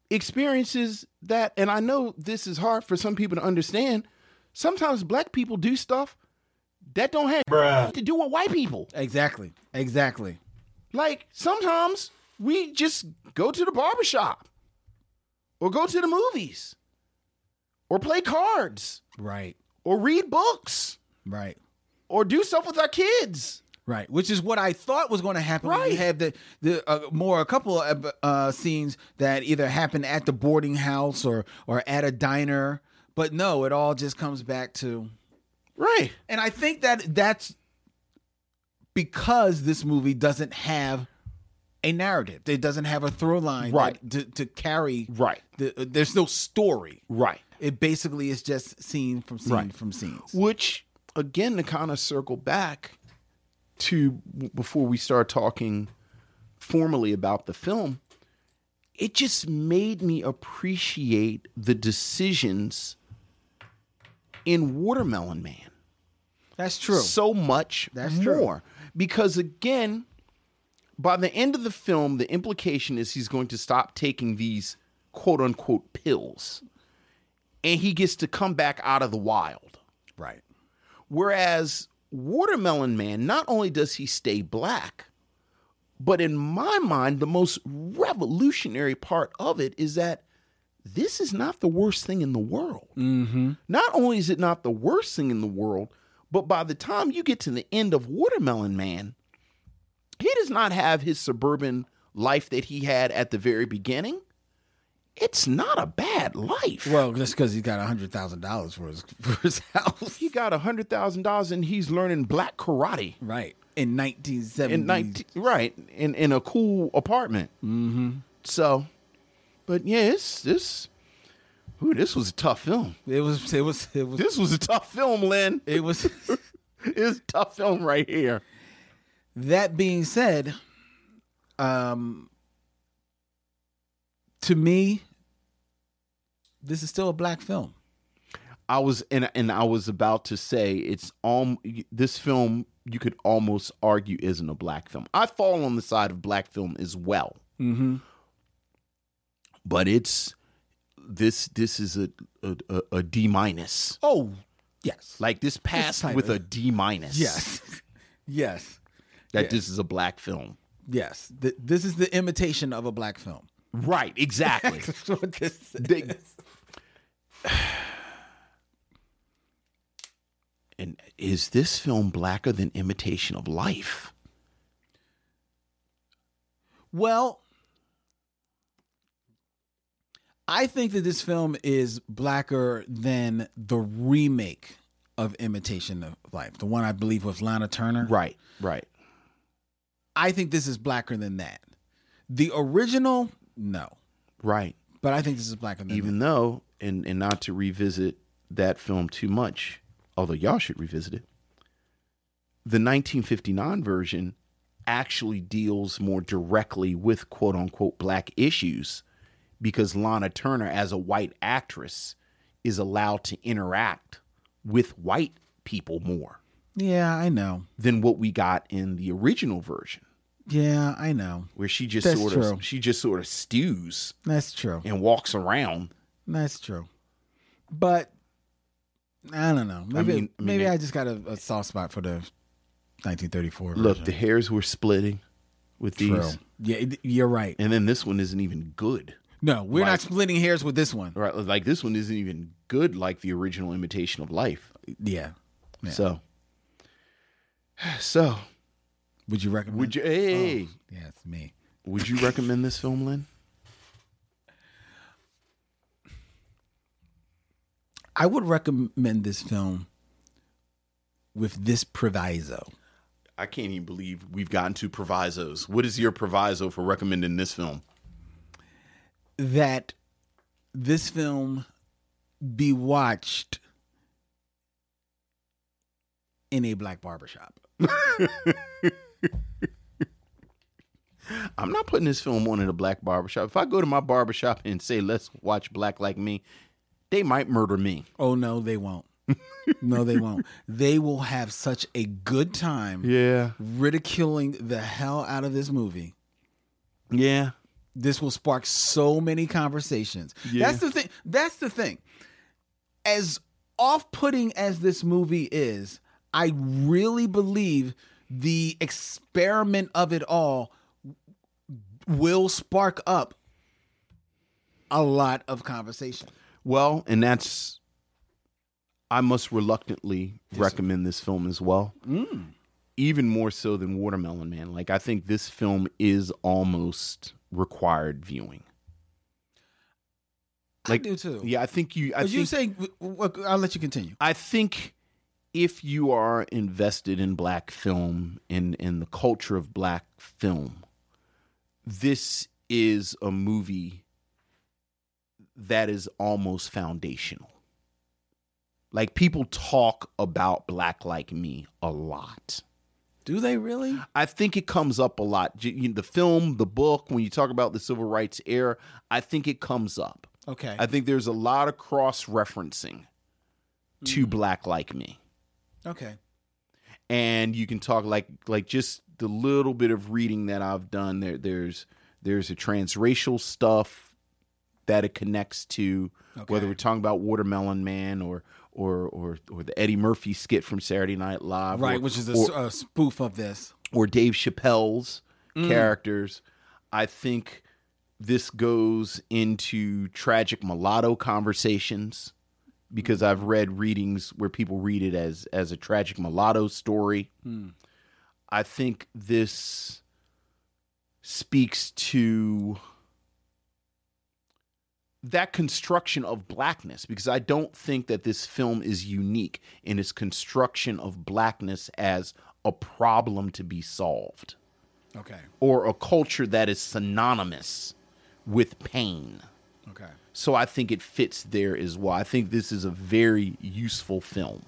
Speaker 4: experiences that and I know this is hard for some people to understand. Sometimes black people do stuff that don't have to do with white people.
Speaker 2: exactly. Exactly.
Speaker 4: Like sometimes we just go to the barbershop or go to the movies or play cards
Speaker 2: Right.
Speaker 4: or read books.
Speaker 2: Right.
Speaker 4: or do stuff with our kids.
Speaker 2: Right, which is what I thought was going to happen. When you
Speaker 4: Right.
Speaker 2: have the the uh, more a couple of uh, scenes that either happen at the boarding house or or at a diner, but no, it all just comes back to.
Speaker 4: Right.
Speaker 2: And I think that that's because this movie doesn't have a narrative. It doesn't have a through line that-
Speaker 4: Right.
Speaker 2: to, to carry.
Speaker 4: Right.
Speaker 2: the, uh, there's no story.
Speaker 4: Right.
Speaker 2: It basically is just scene from scene
Speaker 4: Right.
Speaker 2: from scenes.
Speaker 4: Which, again, to kind of circle back to w- before we start talking formally about the film, it just made me appreciate the decisions in Watermelon Man.
Speaker 2: That's true.
Speaker 4: so much
Speaker 2: That's true.
Speaker 4: more. Because again, by the end of the film, the implication is he's going to stop taking these quote unquote pills and he gets to come back out of the wild.
Speaker 2: right.
Speaker 4: Whereas Watermelon Man, not only does he stay black, but in my mind, the most revolutionary part of it is that this is not the worst thing in the world. Not only is it not the worst thing in the world, but by the time you get to the end of Watermelon Man, he does not have his suburban life that he had at the very beginning. It's not a bad life.
Speaker 2: Well, just because he got hundred thousand dollars for his <laughs> for his house.
Speaker 4: he got $100,000 and he's learning black karate.
Speaker 2: <laughs> Right. In 1970.
Speaker 4: in 19, right in in a cool apartment. Mm-hmm. So, but yeah, it's this. Ooh, this was a tough film.
Speaker 2: it was it was it was
Speaker 4: This was a tough film, Lynn.
Speaker 2: it was
Speaker 4: It's a tough film right here.
Speaker 2: <laughs> that being said, um to me this is still a black film.
Speaker 4: I was and and I was about to say it's all this film. You could almost argue isn't a black film. I fall on the side of black film as well,
Speaker 2: Mhm.
Speaker 4: but it's this. This is a a, a, a D minus.
Speaker 2: Oh, yes.
Speaker 4: Like this passed
Speaker 2: type
Speaker 4: with
Speaker 2: of-
Speaker 4: a D minus.
Speaker 2: Yes. <laughs> yes.
Speaker 4: that
Speaker 2: yeah.
Speaker 4: this is a black film.
Speaker 2: Yes. Th- this is the imitation of a black film.
Speaker 4: Right,
Speaker 2: <laughs>
Speaker 4: exactly.
Speaker 2: That's what this is.
Speaker 4: They- <sighs> and is this film blacker than Imitation of Life?
Speaker 2: Well, I think that this film is blacker than the remake of Imitation of Life, the one I believe with Lana Turner.
Speaker 4: Right, right.
Speaker 2: I think this is blacker than that. The original, no.
Speaker 4: Right.
Speaker 2: But I think this is blacker than
Speaker 4: Even though, and, and not to revisit that film too much, although y'all should revisit it, the 1959 version actually deals more directly with quote unquote black issues because Lana Turner, as a white actress, is allowed to interact with white people more
Speaker 2: that. Yeah, I know.
Speaker 4: than what we got in the original version,
Speaker 2: Yeah, I know.
Speaker 4: where she just
Speaker 2: That's
Speaker 4: sort
Speaker 2: true.
Speaker 4: of she just sort of stews
Speaker 2: That's true.
Speaker 4: and walks around.
Speaker 2: That's true. But I don't know. Maybe
Speaker 4: mean- I mean,
Speaker 2: maybe
Speaker 4: it-
Speaker 2: I just got a, a soft spot for the 1934.
Speaker 4: Look,
Speaker 2: version.
Speaker 4: the hairs were splitting with these,
Speaker 2: True. Yeah, it- you're right.
Speaker 4: and then this one isn't even good.
Speaker 2: No, we're
Speaker 4: Like-
Speaker 2: not splitting hairs with this one.
Speaker 4: Right, like this one isn't even good like the original imitation of life.
Speaker 2: Yeah. Yeah.
Speaker 4: So, so
Speaker 2: Would you recommend? Oh,
Speaker 4: would you? Hey,
Speaker 2: Yeah, it's me.
Speaker 4: would you recommend this film, Lynn?
Speaker 2: I would recommend this film with this proviso.
Speaker 4: I can't even believe we've gotten to provisos. What is your proviso for recommending this film? <laughs>
Speaker 2: that this film be watched in a black barbershop.
Speaker 4: I'm not putting this film on in a black barbershop. If I go to my barbershop and say, let's watch Black Like Me, they might murder me.
Speaker 2: Oh no, they won't.
Speaker 4: <laughs>
Speaker 2: no, they won't. They will have such a good time
Speaker 4: Yeah.
Speaker 2: ridiculing the hell out of this movie.
Speaker 4: Yeah.
Speaker 2: This will spark so many conversations.
Speaker 4: Yeah.
Speaker 2: That's the thing. That's the thing. As off-putting as this movie is, I really believe the experiment of it all will spark up a lot of conversation.
Speaker 4: Well, and that's, I must reluctantly recommend this film as well.
Speaker 2: Mm.
Speaker 4: Even more so than Watermelon Man. Like, I think this film is almost required viewing. Like-
Speaker 2: I do too.
Speaker 4: Yeah, I think you,
Speaker 2: But
Speaker 4: I think,
Speaker 2: you say, w- w- I'll let you continue.
Speaker 4: I think if you are invested in black film and in the culture of black film, this is a movie that is almost foundational. Like people talk about black like me a lot.
Speaker 2: Do they really?
Speaker 4: I think it comes up a lot. J- you- The film, the book, when you talk about the civil rights era, I think it comes up.
Speaker 2: Okay.
Speaker 4: I think there's a lot of cross referencing to black like me
Speaker 2: okay.
Speaker 4: and you can talk like like just the little bit of reading that I've done there there's there's a transracial stuff that it connects to whether we're talking about Watermelon Man or or or or the Eddie Murphy skit from Saturday Night Live
Speaker 2: Right,
Speaker 4: or-
Speaker 2: which is a,
Speaker 4: or,
Speaker 2: s- a spoof of this.
Speaker 4: or Dave Chappelle's characters I think this goes into tragic mulatto conversations because I've read readings where people read it as as a tragic mulatto story. I think this speaks to that construction of blackness because I don't think that this film is unique in its construction of blackness as a problem to be solved
Speaker 2: Okay.
Speaker 4: or a culture that is synonymous with pain.
Speaker 2: Okay.
Speaker 4: So I think it fits there as well. I think this is a very useful film.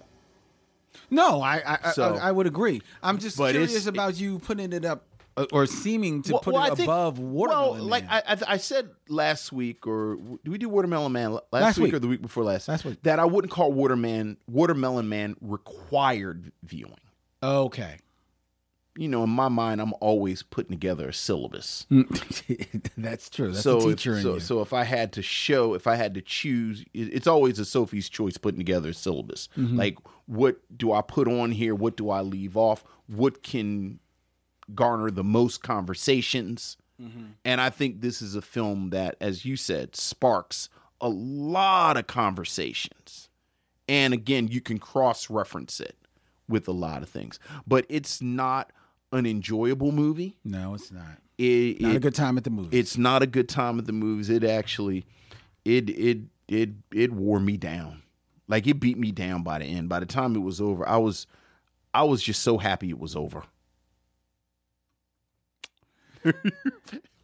Speaker 2: No, I I, I-
Speaker 4: So-
Speaker 2: I I would agree. I'm just
Speaker 4: But it's-
Speaker 2: curious about you putting it up uh, or seeming to put it
Speaker 4: I think-
Speaker 2: above watermelon.
Speaker 4: Well, like
Speaker 2: Man.
Speaker 4: I, I, I said last week, or do we do Watermelon Man last,
Speaker 2: Last
Speaker 4: week,
Speaker 2: week.
Speaker 4: or the week before last?
Speaker 2: Last week.
Speaker 4: That I wouldn't call Waterman Watermelon Man required viewing.
Speaker 2: okay. <laughs>
Speaker 4: You know, in my mind, I'm always putting together a syllabus.
Speaker 2: That's true. That's
Speaker 4: so
Speaker 2: a teacher
Speaker 4: if,
Speaker 2: in
Speaker 4: so,
Speaker 2: you.
Speaker 4: so if I had to show, if I had to choose, it- it's always a Sophie's choice putting together a syllabus.
Speaker 2: Mm-hmm.
Speaker 4: Like, what do I put on here? What do I leave off? What can garner the most conversations? And I think this is a film that, as you said, sparks a lot of conversations. And again, you can cross reference it with a lot of things, but it's not an enjoyable movie.
Speaker 2: no, it's not.
Speaker 4: It,
Speaker 2: Not
Speaker 4: it-
Speaker 2: a good time at the movies.
Speaker 4: it's not a good time at the movies. It actually, it it it it wore me down. Like it beat me down by the end. By the time it was over, I was, I was just so happy it was over.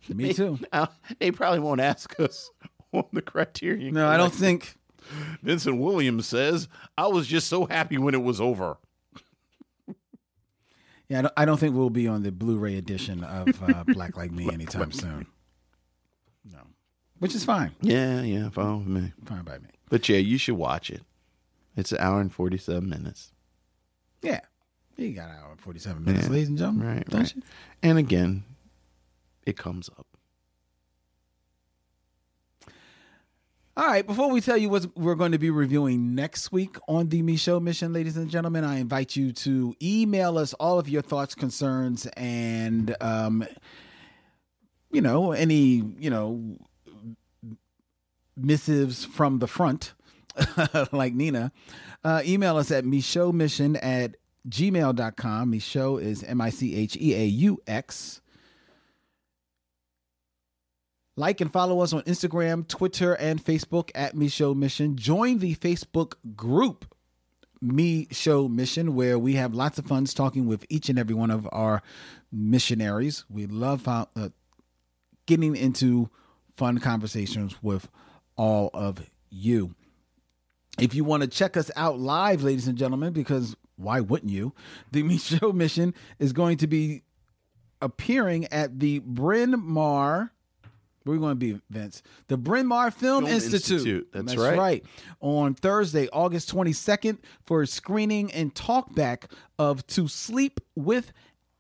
Speaker 2: Me
Speaker 4: <laughs>
Speaker 2: too.
Speaker 4: Uh, they probably won't ask us <laughs> on the criterion.
Speaker 2: No, I don't
Speaker 4: Collection.
Speaker 2: think.
Speaker 4: Vincent Williams says, I was just so happy when it was over.
Speaker 2: Yeah, I don't, I don't think we'll be on the Blu-ray edition of uh,
Speaker 4: <laughs>
Speaker 2: Black Like Me anytime soon. No, which is fine,
Speaker 4: Yeah, yeah, fine with me.
Speaker 2: fine by me.
Speaker 4: But yeah, you should watch it. It's an hour and 47 minutes.
Speaker 2: Yeah, you got an hour and forty-seven minutes, ladies and gentlemen.
Speaker 4: Right,
Speaker 2: don't
Speaker 4: right.
Speaker 2: you?
Speaker 4: And again, it comes up.
Speaker 2: All right, before we tell you what we're going to be reviewing next week on the Me Show Mission, ladies and gentlemen, I invite you to email us all of your thoughts, concerns, and um, you know any you know missives from the front, <laughs> like Nina. Uh, email us at Mission at gmail.com. Michaud is M I C H E A U X. Like and follow us on Instagram, Twitter, and Facebook at Me Show Mission. Join the Facebook group Me Show Mission, where we have lots of fun talking with each and every one of our missionaries. We love uh, uh, getting into fun conversations with all of you. If you want to check us out live, ladies and gentlemen, because why wouldn't you? The Me Show Mission is going to be appearing at the Bryn Mawr. Where are we going to be, Vince? The Bryn Mawr Film,
Speaker 4: Film
Speaker 2: Institute.
Speaker 4: Institute, that's right.
Speaker 2: On Thursday, August 22nd, for a screening and talkback of To Sleep with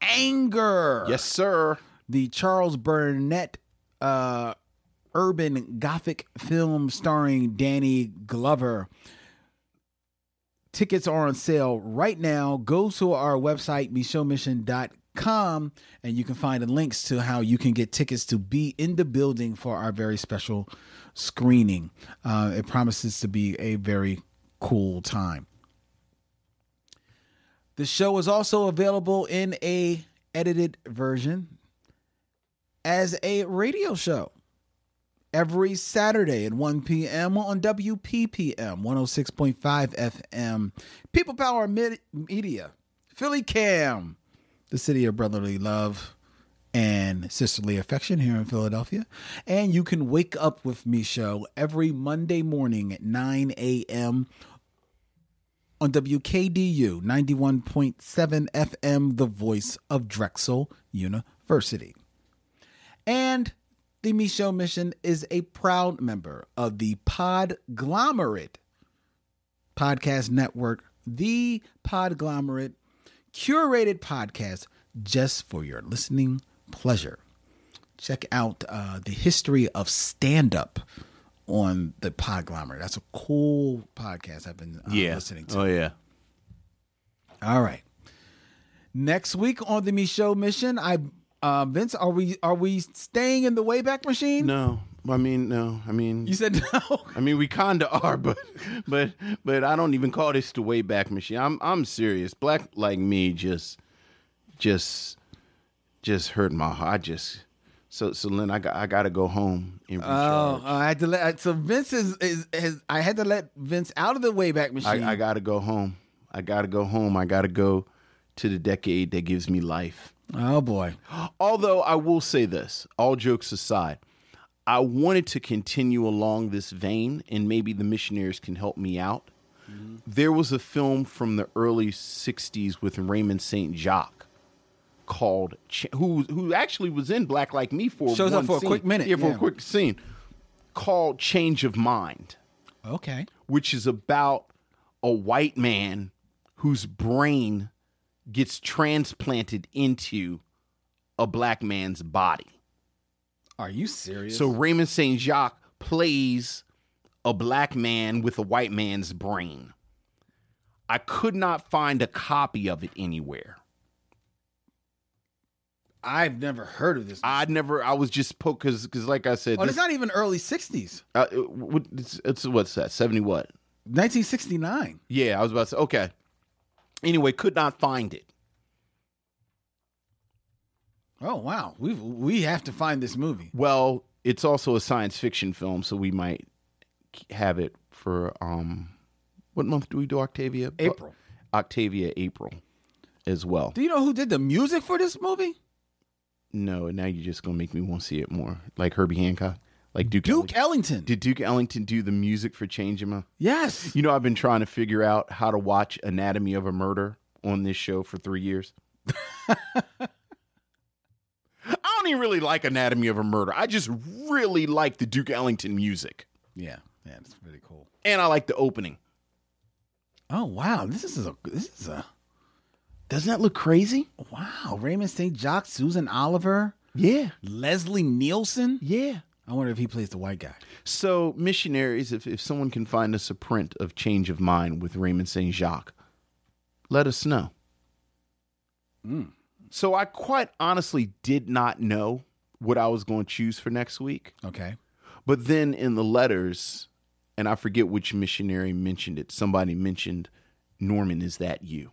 Speaker 2: Anger
Speaker 4: Yes, sir.
Speaker 2: the Charles Burnett uh, urban gothic film starring Danny Glover. Tickets are on sale right now. Go to our website, michonmission.com, and you can find the links to how you can get tickets to be in the building for our very special screening. Uh, it promises to be a very cool time. The show is also available in a edited version as a radio show every Saturday at 1 p.m. on WPPM 106.5 FM. People Power Mid- Media, Philly Cam, the city of brotherly love and sisterly affection here in Philadelphia. And you can wake up with me show every Monday morning at 9 a.m on WKDU 91.7 FM, the voice of Drexel University. And the Michaud Mission is a proud member of the Podglomerate Podcast Network, the Podglomerate curated podcast just for your listening pleasure. Check out uh, the history of stand up on the Podglomerate. That's a cool podcast I've been uh, listening to.
Speaker 4: Oh, yeah.
Speaker 2: All right. Next week on the Michaud Mission, I uh, Vince, are we are we staying in the Wayback Machine?
Speaker 4: No, I mean, no. I mean,
Speaker 2: You said no. <laughs>
Speaker 4: I mean, we kinda are, <laughs> but but but I don't even call this the way back machine. I'm I'm serious. Black like me just just just hurt my heart. I just so so Lynn, I got I gotta go home and
Speaker 2: Oh,
Speaker 4: recharge.
Speaker 2: I had to let. uh, So Vince is, is, is I had to let Vince out of the Wayback Machine.
Speaker 4: I, I gotta go home. I gotta go home. I gotta go to the decade that gives me life.
Speaker 2: oh boy.
Speaker 4: Although I will say this, all jokes aside, I wanted to continue along this vein, and maybe the missionaries can help me out.
Speaker 2: Mm-hmm.
Speaker 4: There was a film from the early '60s with Raymond Saint Jacques called Ch- who who actually was in Black Like Me for
Speaker 2: Shows up
Speaker 4: one
Speaker 2: for a
Speaker 4: scene.
Speaker 2: quick minute,
Speaker 4: yeah, for
Speaker 2: yeah.
Speaker 4: a quick scene, called Change of Mind
Speaker 2: Okay.
Speaker 4: which is about a white man whose brain gets transplanted into a black man's body.
Speaker 2: Are you serious?
Speaker 4: So Raymond St. Jacques plays a black man with a white man's brain. I could not find a copy of it anywhere.
Speaker 2: I've never heard of this.
Speaker 4: I never. I was just poke because, because, like I said,
Speaker 2: oh,
Speaker 4: this,
Speaker 2: it's not even early '60s.
Speaker 4: uh, it- what- it's, it's what's that? Seventy what?
Speaker 2: 1969.
Speaker 4: Yeah, I was about to say. Okay. Anyway, could not find it.
Speaker 2: Oh wow. We we have to find this movie.
Speaker 4: Well, it's also a science fiction film, so we might k- have it for um what month do we do Octavia?
Speaker 2: April.
Speaker 4: O- Octavia April as well.
Speaker 2: Do you know who did the music for this movie?
Speaker 4: No, now you're just gonna make me want to see it more. Like Herbie Hancock, like Duke.
Speaker 2: Duke
Speaker 4: Ellington.
Speaker 2: Ellington.
Speaker 4: Did Duke Ellington do the music for Change Him? Up?
Speaker 2: yes.
Speaker 4: You know, I've been trying to figure out how to watch Anatomy of a Murder on this show for three years. <laughs> I don't even really like Anatomy of a Murder. I just really like the Duke Ellington music,
Speaker 2: Yeah. Yeah, it's pretty cool.
Speaker 4: and I like the opening.
Speaker 2: Oh wow, this is a this is a
Speaker 4: Doesn't that look crazy?
Speaker 2: wow. Raymond St. Jock, Susan Oliver,
Speaker 4: Yeah,
Speaker 2: Leslie Nielsen.
Speaker 4: yeah.
Speaker 2: I wonder if he plays the white guy.
Speaker 4: So, missionaries, if, if someone can find us a print of Change of Mind with Raymond St. Jacques, let us know.
Speaker 2: Hmm.
Speaker 4: So, I quite honestly did not know what I was going to choose for next week.
Speaker 2: Okay.
Speaker 4: But then in the letters, and I forget which missionary mentioned it, somebody mentioned Norman, is that you?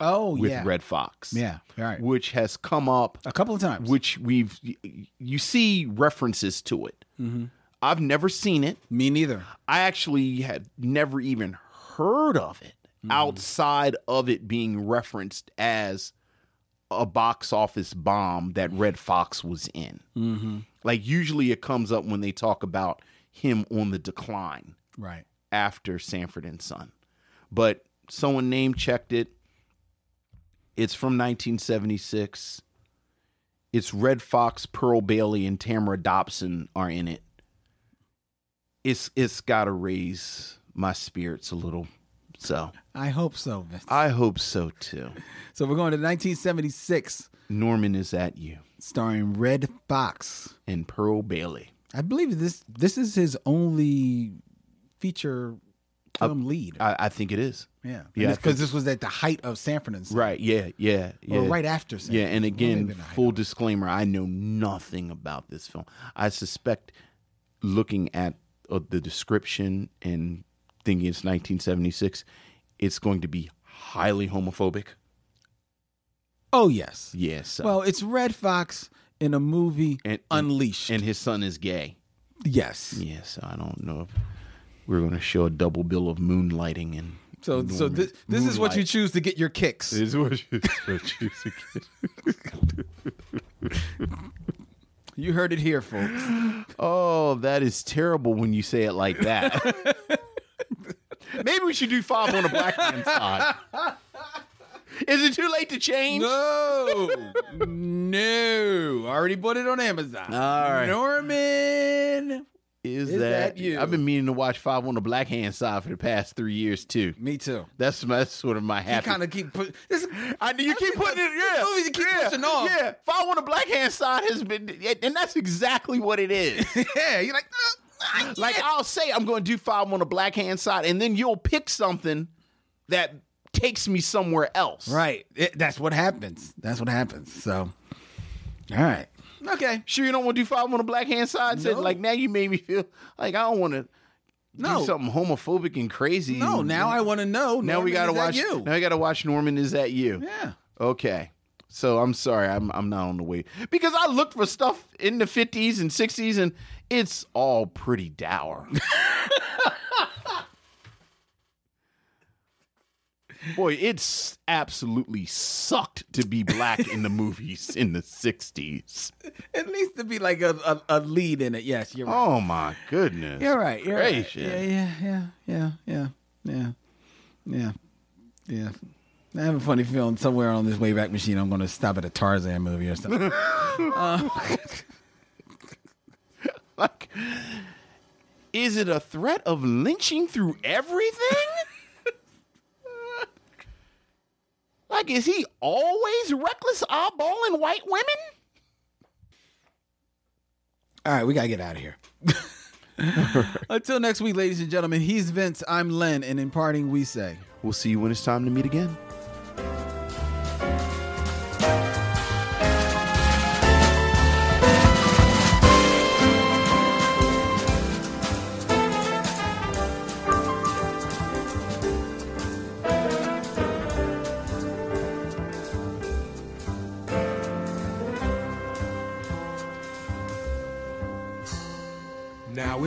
Speaker 2: Oh
Speaker 4: With
Speaker 2: yeah.
Speaker 4: Red Fox.
Speaker 2: Yeah. All right.
Speaker 4: Which has come up
Speaker 2: a couple of times.
Speaker 4: which we've you see references to it. I've never seen it.
Speaker 2: Me neither.
Speaker 4: I actually had never even heard of it outside of it being referenced as a box office bomb that Red Fox was in. Like usually it comes up when they talk about him on the decline
Speaker 2: Right.
Speaker 4: after Sanford and Son. But someone name checked it. It's from 1976. It's Red Fox, Pearl Bailey, and Tamara Dobson are in it. It's it's gotta raise my spirits a little. So
Speaker 2: I hope so. Vince.
Speaker 4: I hope so too.
Speaker 2: So we're going to 1976,
Speaker 4: Norman is at you
Speaker 2: starring Red Fox.
Speaker 4: and Pearl Bailey.
Speaker 2: I believe this this is his only feature film lead.
Speaker 4: I, I think it is.
Speaker 2: yeah,
Speaker 4: yeah, I
Speaker 2: because this was at the height of Sanford and Son,
Speaker 4: Right, yeah, yeah, yeah.
Speaker 2: or right after Sanford.
Speaker 4: Yeah, and
Speaker 2: Well, maybe
Speaker 4: again,
Speaker 2: not.
Speaker 4: full disclaimer: I know nothing about this film. I suspect, looking at uh, the description and thinking it's 1976, it's going to be highly homophobic.
Speaker 2: Oh yes.
Speaker 4: Yes. so-
Speaker 2: Well, it's Red Fox in a movie
Speaker 4: And- and-
Speaker 2: Unleashed.
Speaker 4: and his son is gay.
Speaker 2: yes.
Speaker 4: Yeah, so I don't know if we're going to show a double bill of moonlighting and.
Speaker 2: So so this
Speaker 4: <laughs>
Speaker 2: this is what you choose to get your kicks.
Speaker 4: Is what you, <laughs>
Speaker 2: You heard it here, folks.
Speaker 4: oh, that is terrible when you say it
Speaker 2: <laughs>
Speaker 4: like that. Maybe we should do five on a black man's side. Is it too late to change?
Speaker 2: No, no. I already bought it on Amazon.
Speaker 4: All right.
Speaker 2: Norman.
Speaker 4: Is,
Speaker 2: Is that
Speaker 4: that,
Speaker 2: you?
Speaker 4: I've been meaning to watch Five on the Black Hand Side for the past three years too.
Speaker 2: Me too.
Speaker 4: That's my that's sort of my
Speaker 2: You
Speaker 4: happy.
Speaker 2: kind of keep put, this.
Speaker 4: I you keep putting it, yeah,
Speaker 2: movies you keep
Speaker 4: yeah,
Speaker 2: pushing off.
Speaker 4: yeah. Five on the Black Hand Side has been, and that's exactly what
Speaker 2: <laughs>
Speaker 4: it is.
Speaker 2: <laughs> Yeah, you're like, "Ugh, I
Speaker 4: Like
Speaker 2: can't."
Speaker 4: I'll say I'm going to do five on the black hand side, and then you'll pick something that takes me somewhere else.
Speaker 2: right. It- that's what happens. That's what happens. So, all right. Okay.
Speaker 4: Sure, you don't want to do five on the black hand side. So,
Speaker 2: No.
Speaker 4: Like now, you made me feel like I don't want to
Speaker 2: No.
Speaker 4: do something homophobic and crazy.
Speaker 2: No.
Speaker 4: And
Speaker 2: Now I want to know.
Speaker 4: now we
Speaker 2: got to
Speaker 4: watch.
Speaker 2: you.
Speaker 4: Now we got to watch Norman. Is that you?
Speaker 2: yeah.
Speaker 4: Okay. So I'm sorry, I'm I'm not on the way because I looked for stuff in the 50s and 60s, and it's all pretty dour. <laughs> Boy, it's absolutely sucked to be black in the movies in the 60s.
Speaker 2: At least to be like a, a, a lead in it. Yes, you're right.
Speaker 4: Oh my goodness.
Speaker 2: you're right. You're right.
Speaker 4: gracious.
Speaker 2: Yeah. Yeah. Yeah. Yeah. Yeah. Yeah. Yeah. Yeah. I have a funny feeling somewhere on this Wayback Machine, I'm going to stop at a Tarzan movie or something.
Speaker 4: Like, is it a threat of lynching through everything? <laughs> like, is he always reckless eyeballing white women?
Speaker 2: All right, we gotta get out of here. Until next week, ladies and gentlemen, he's Vince, I'm Len, and in parting, we say.
Speaker 4: We'll see you when it's time to meet again.
Speaker 5: Now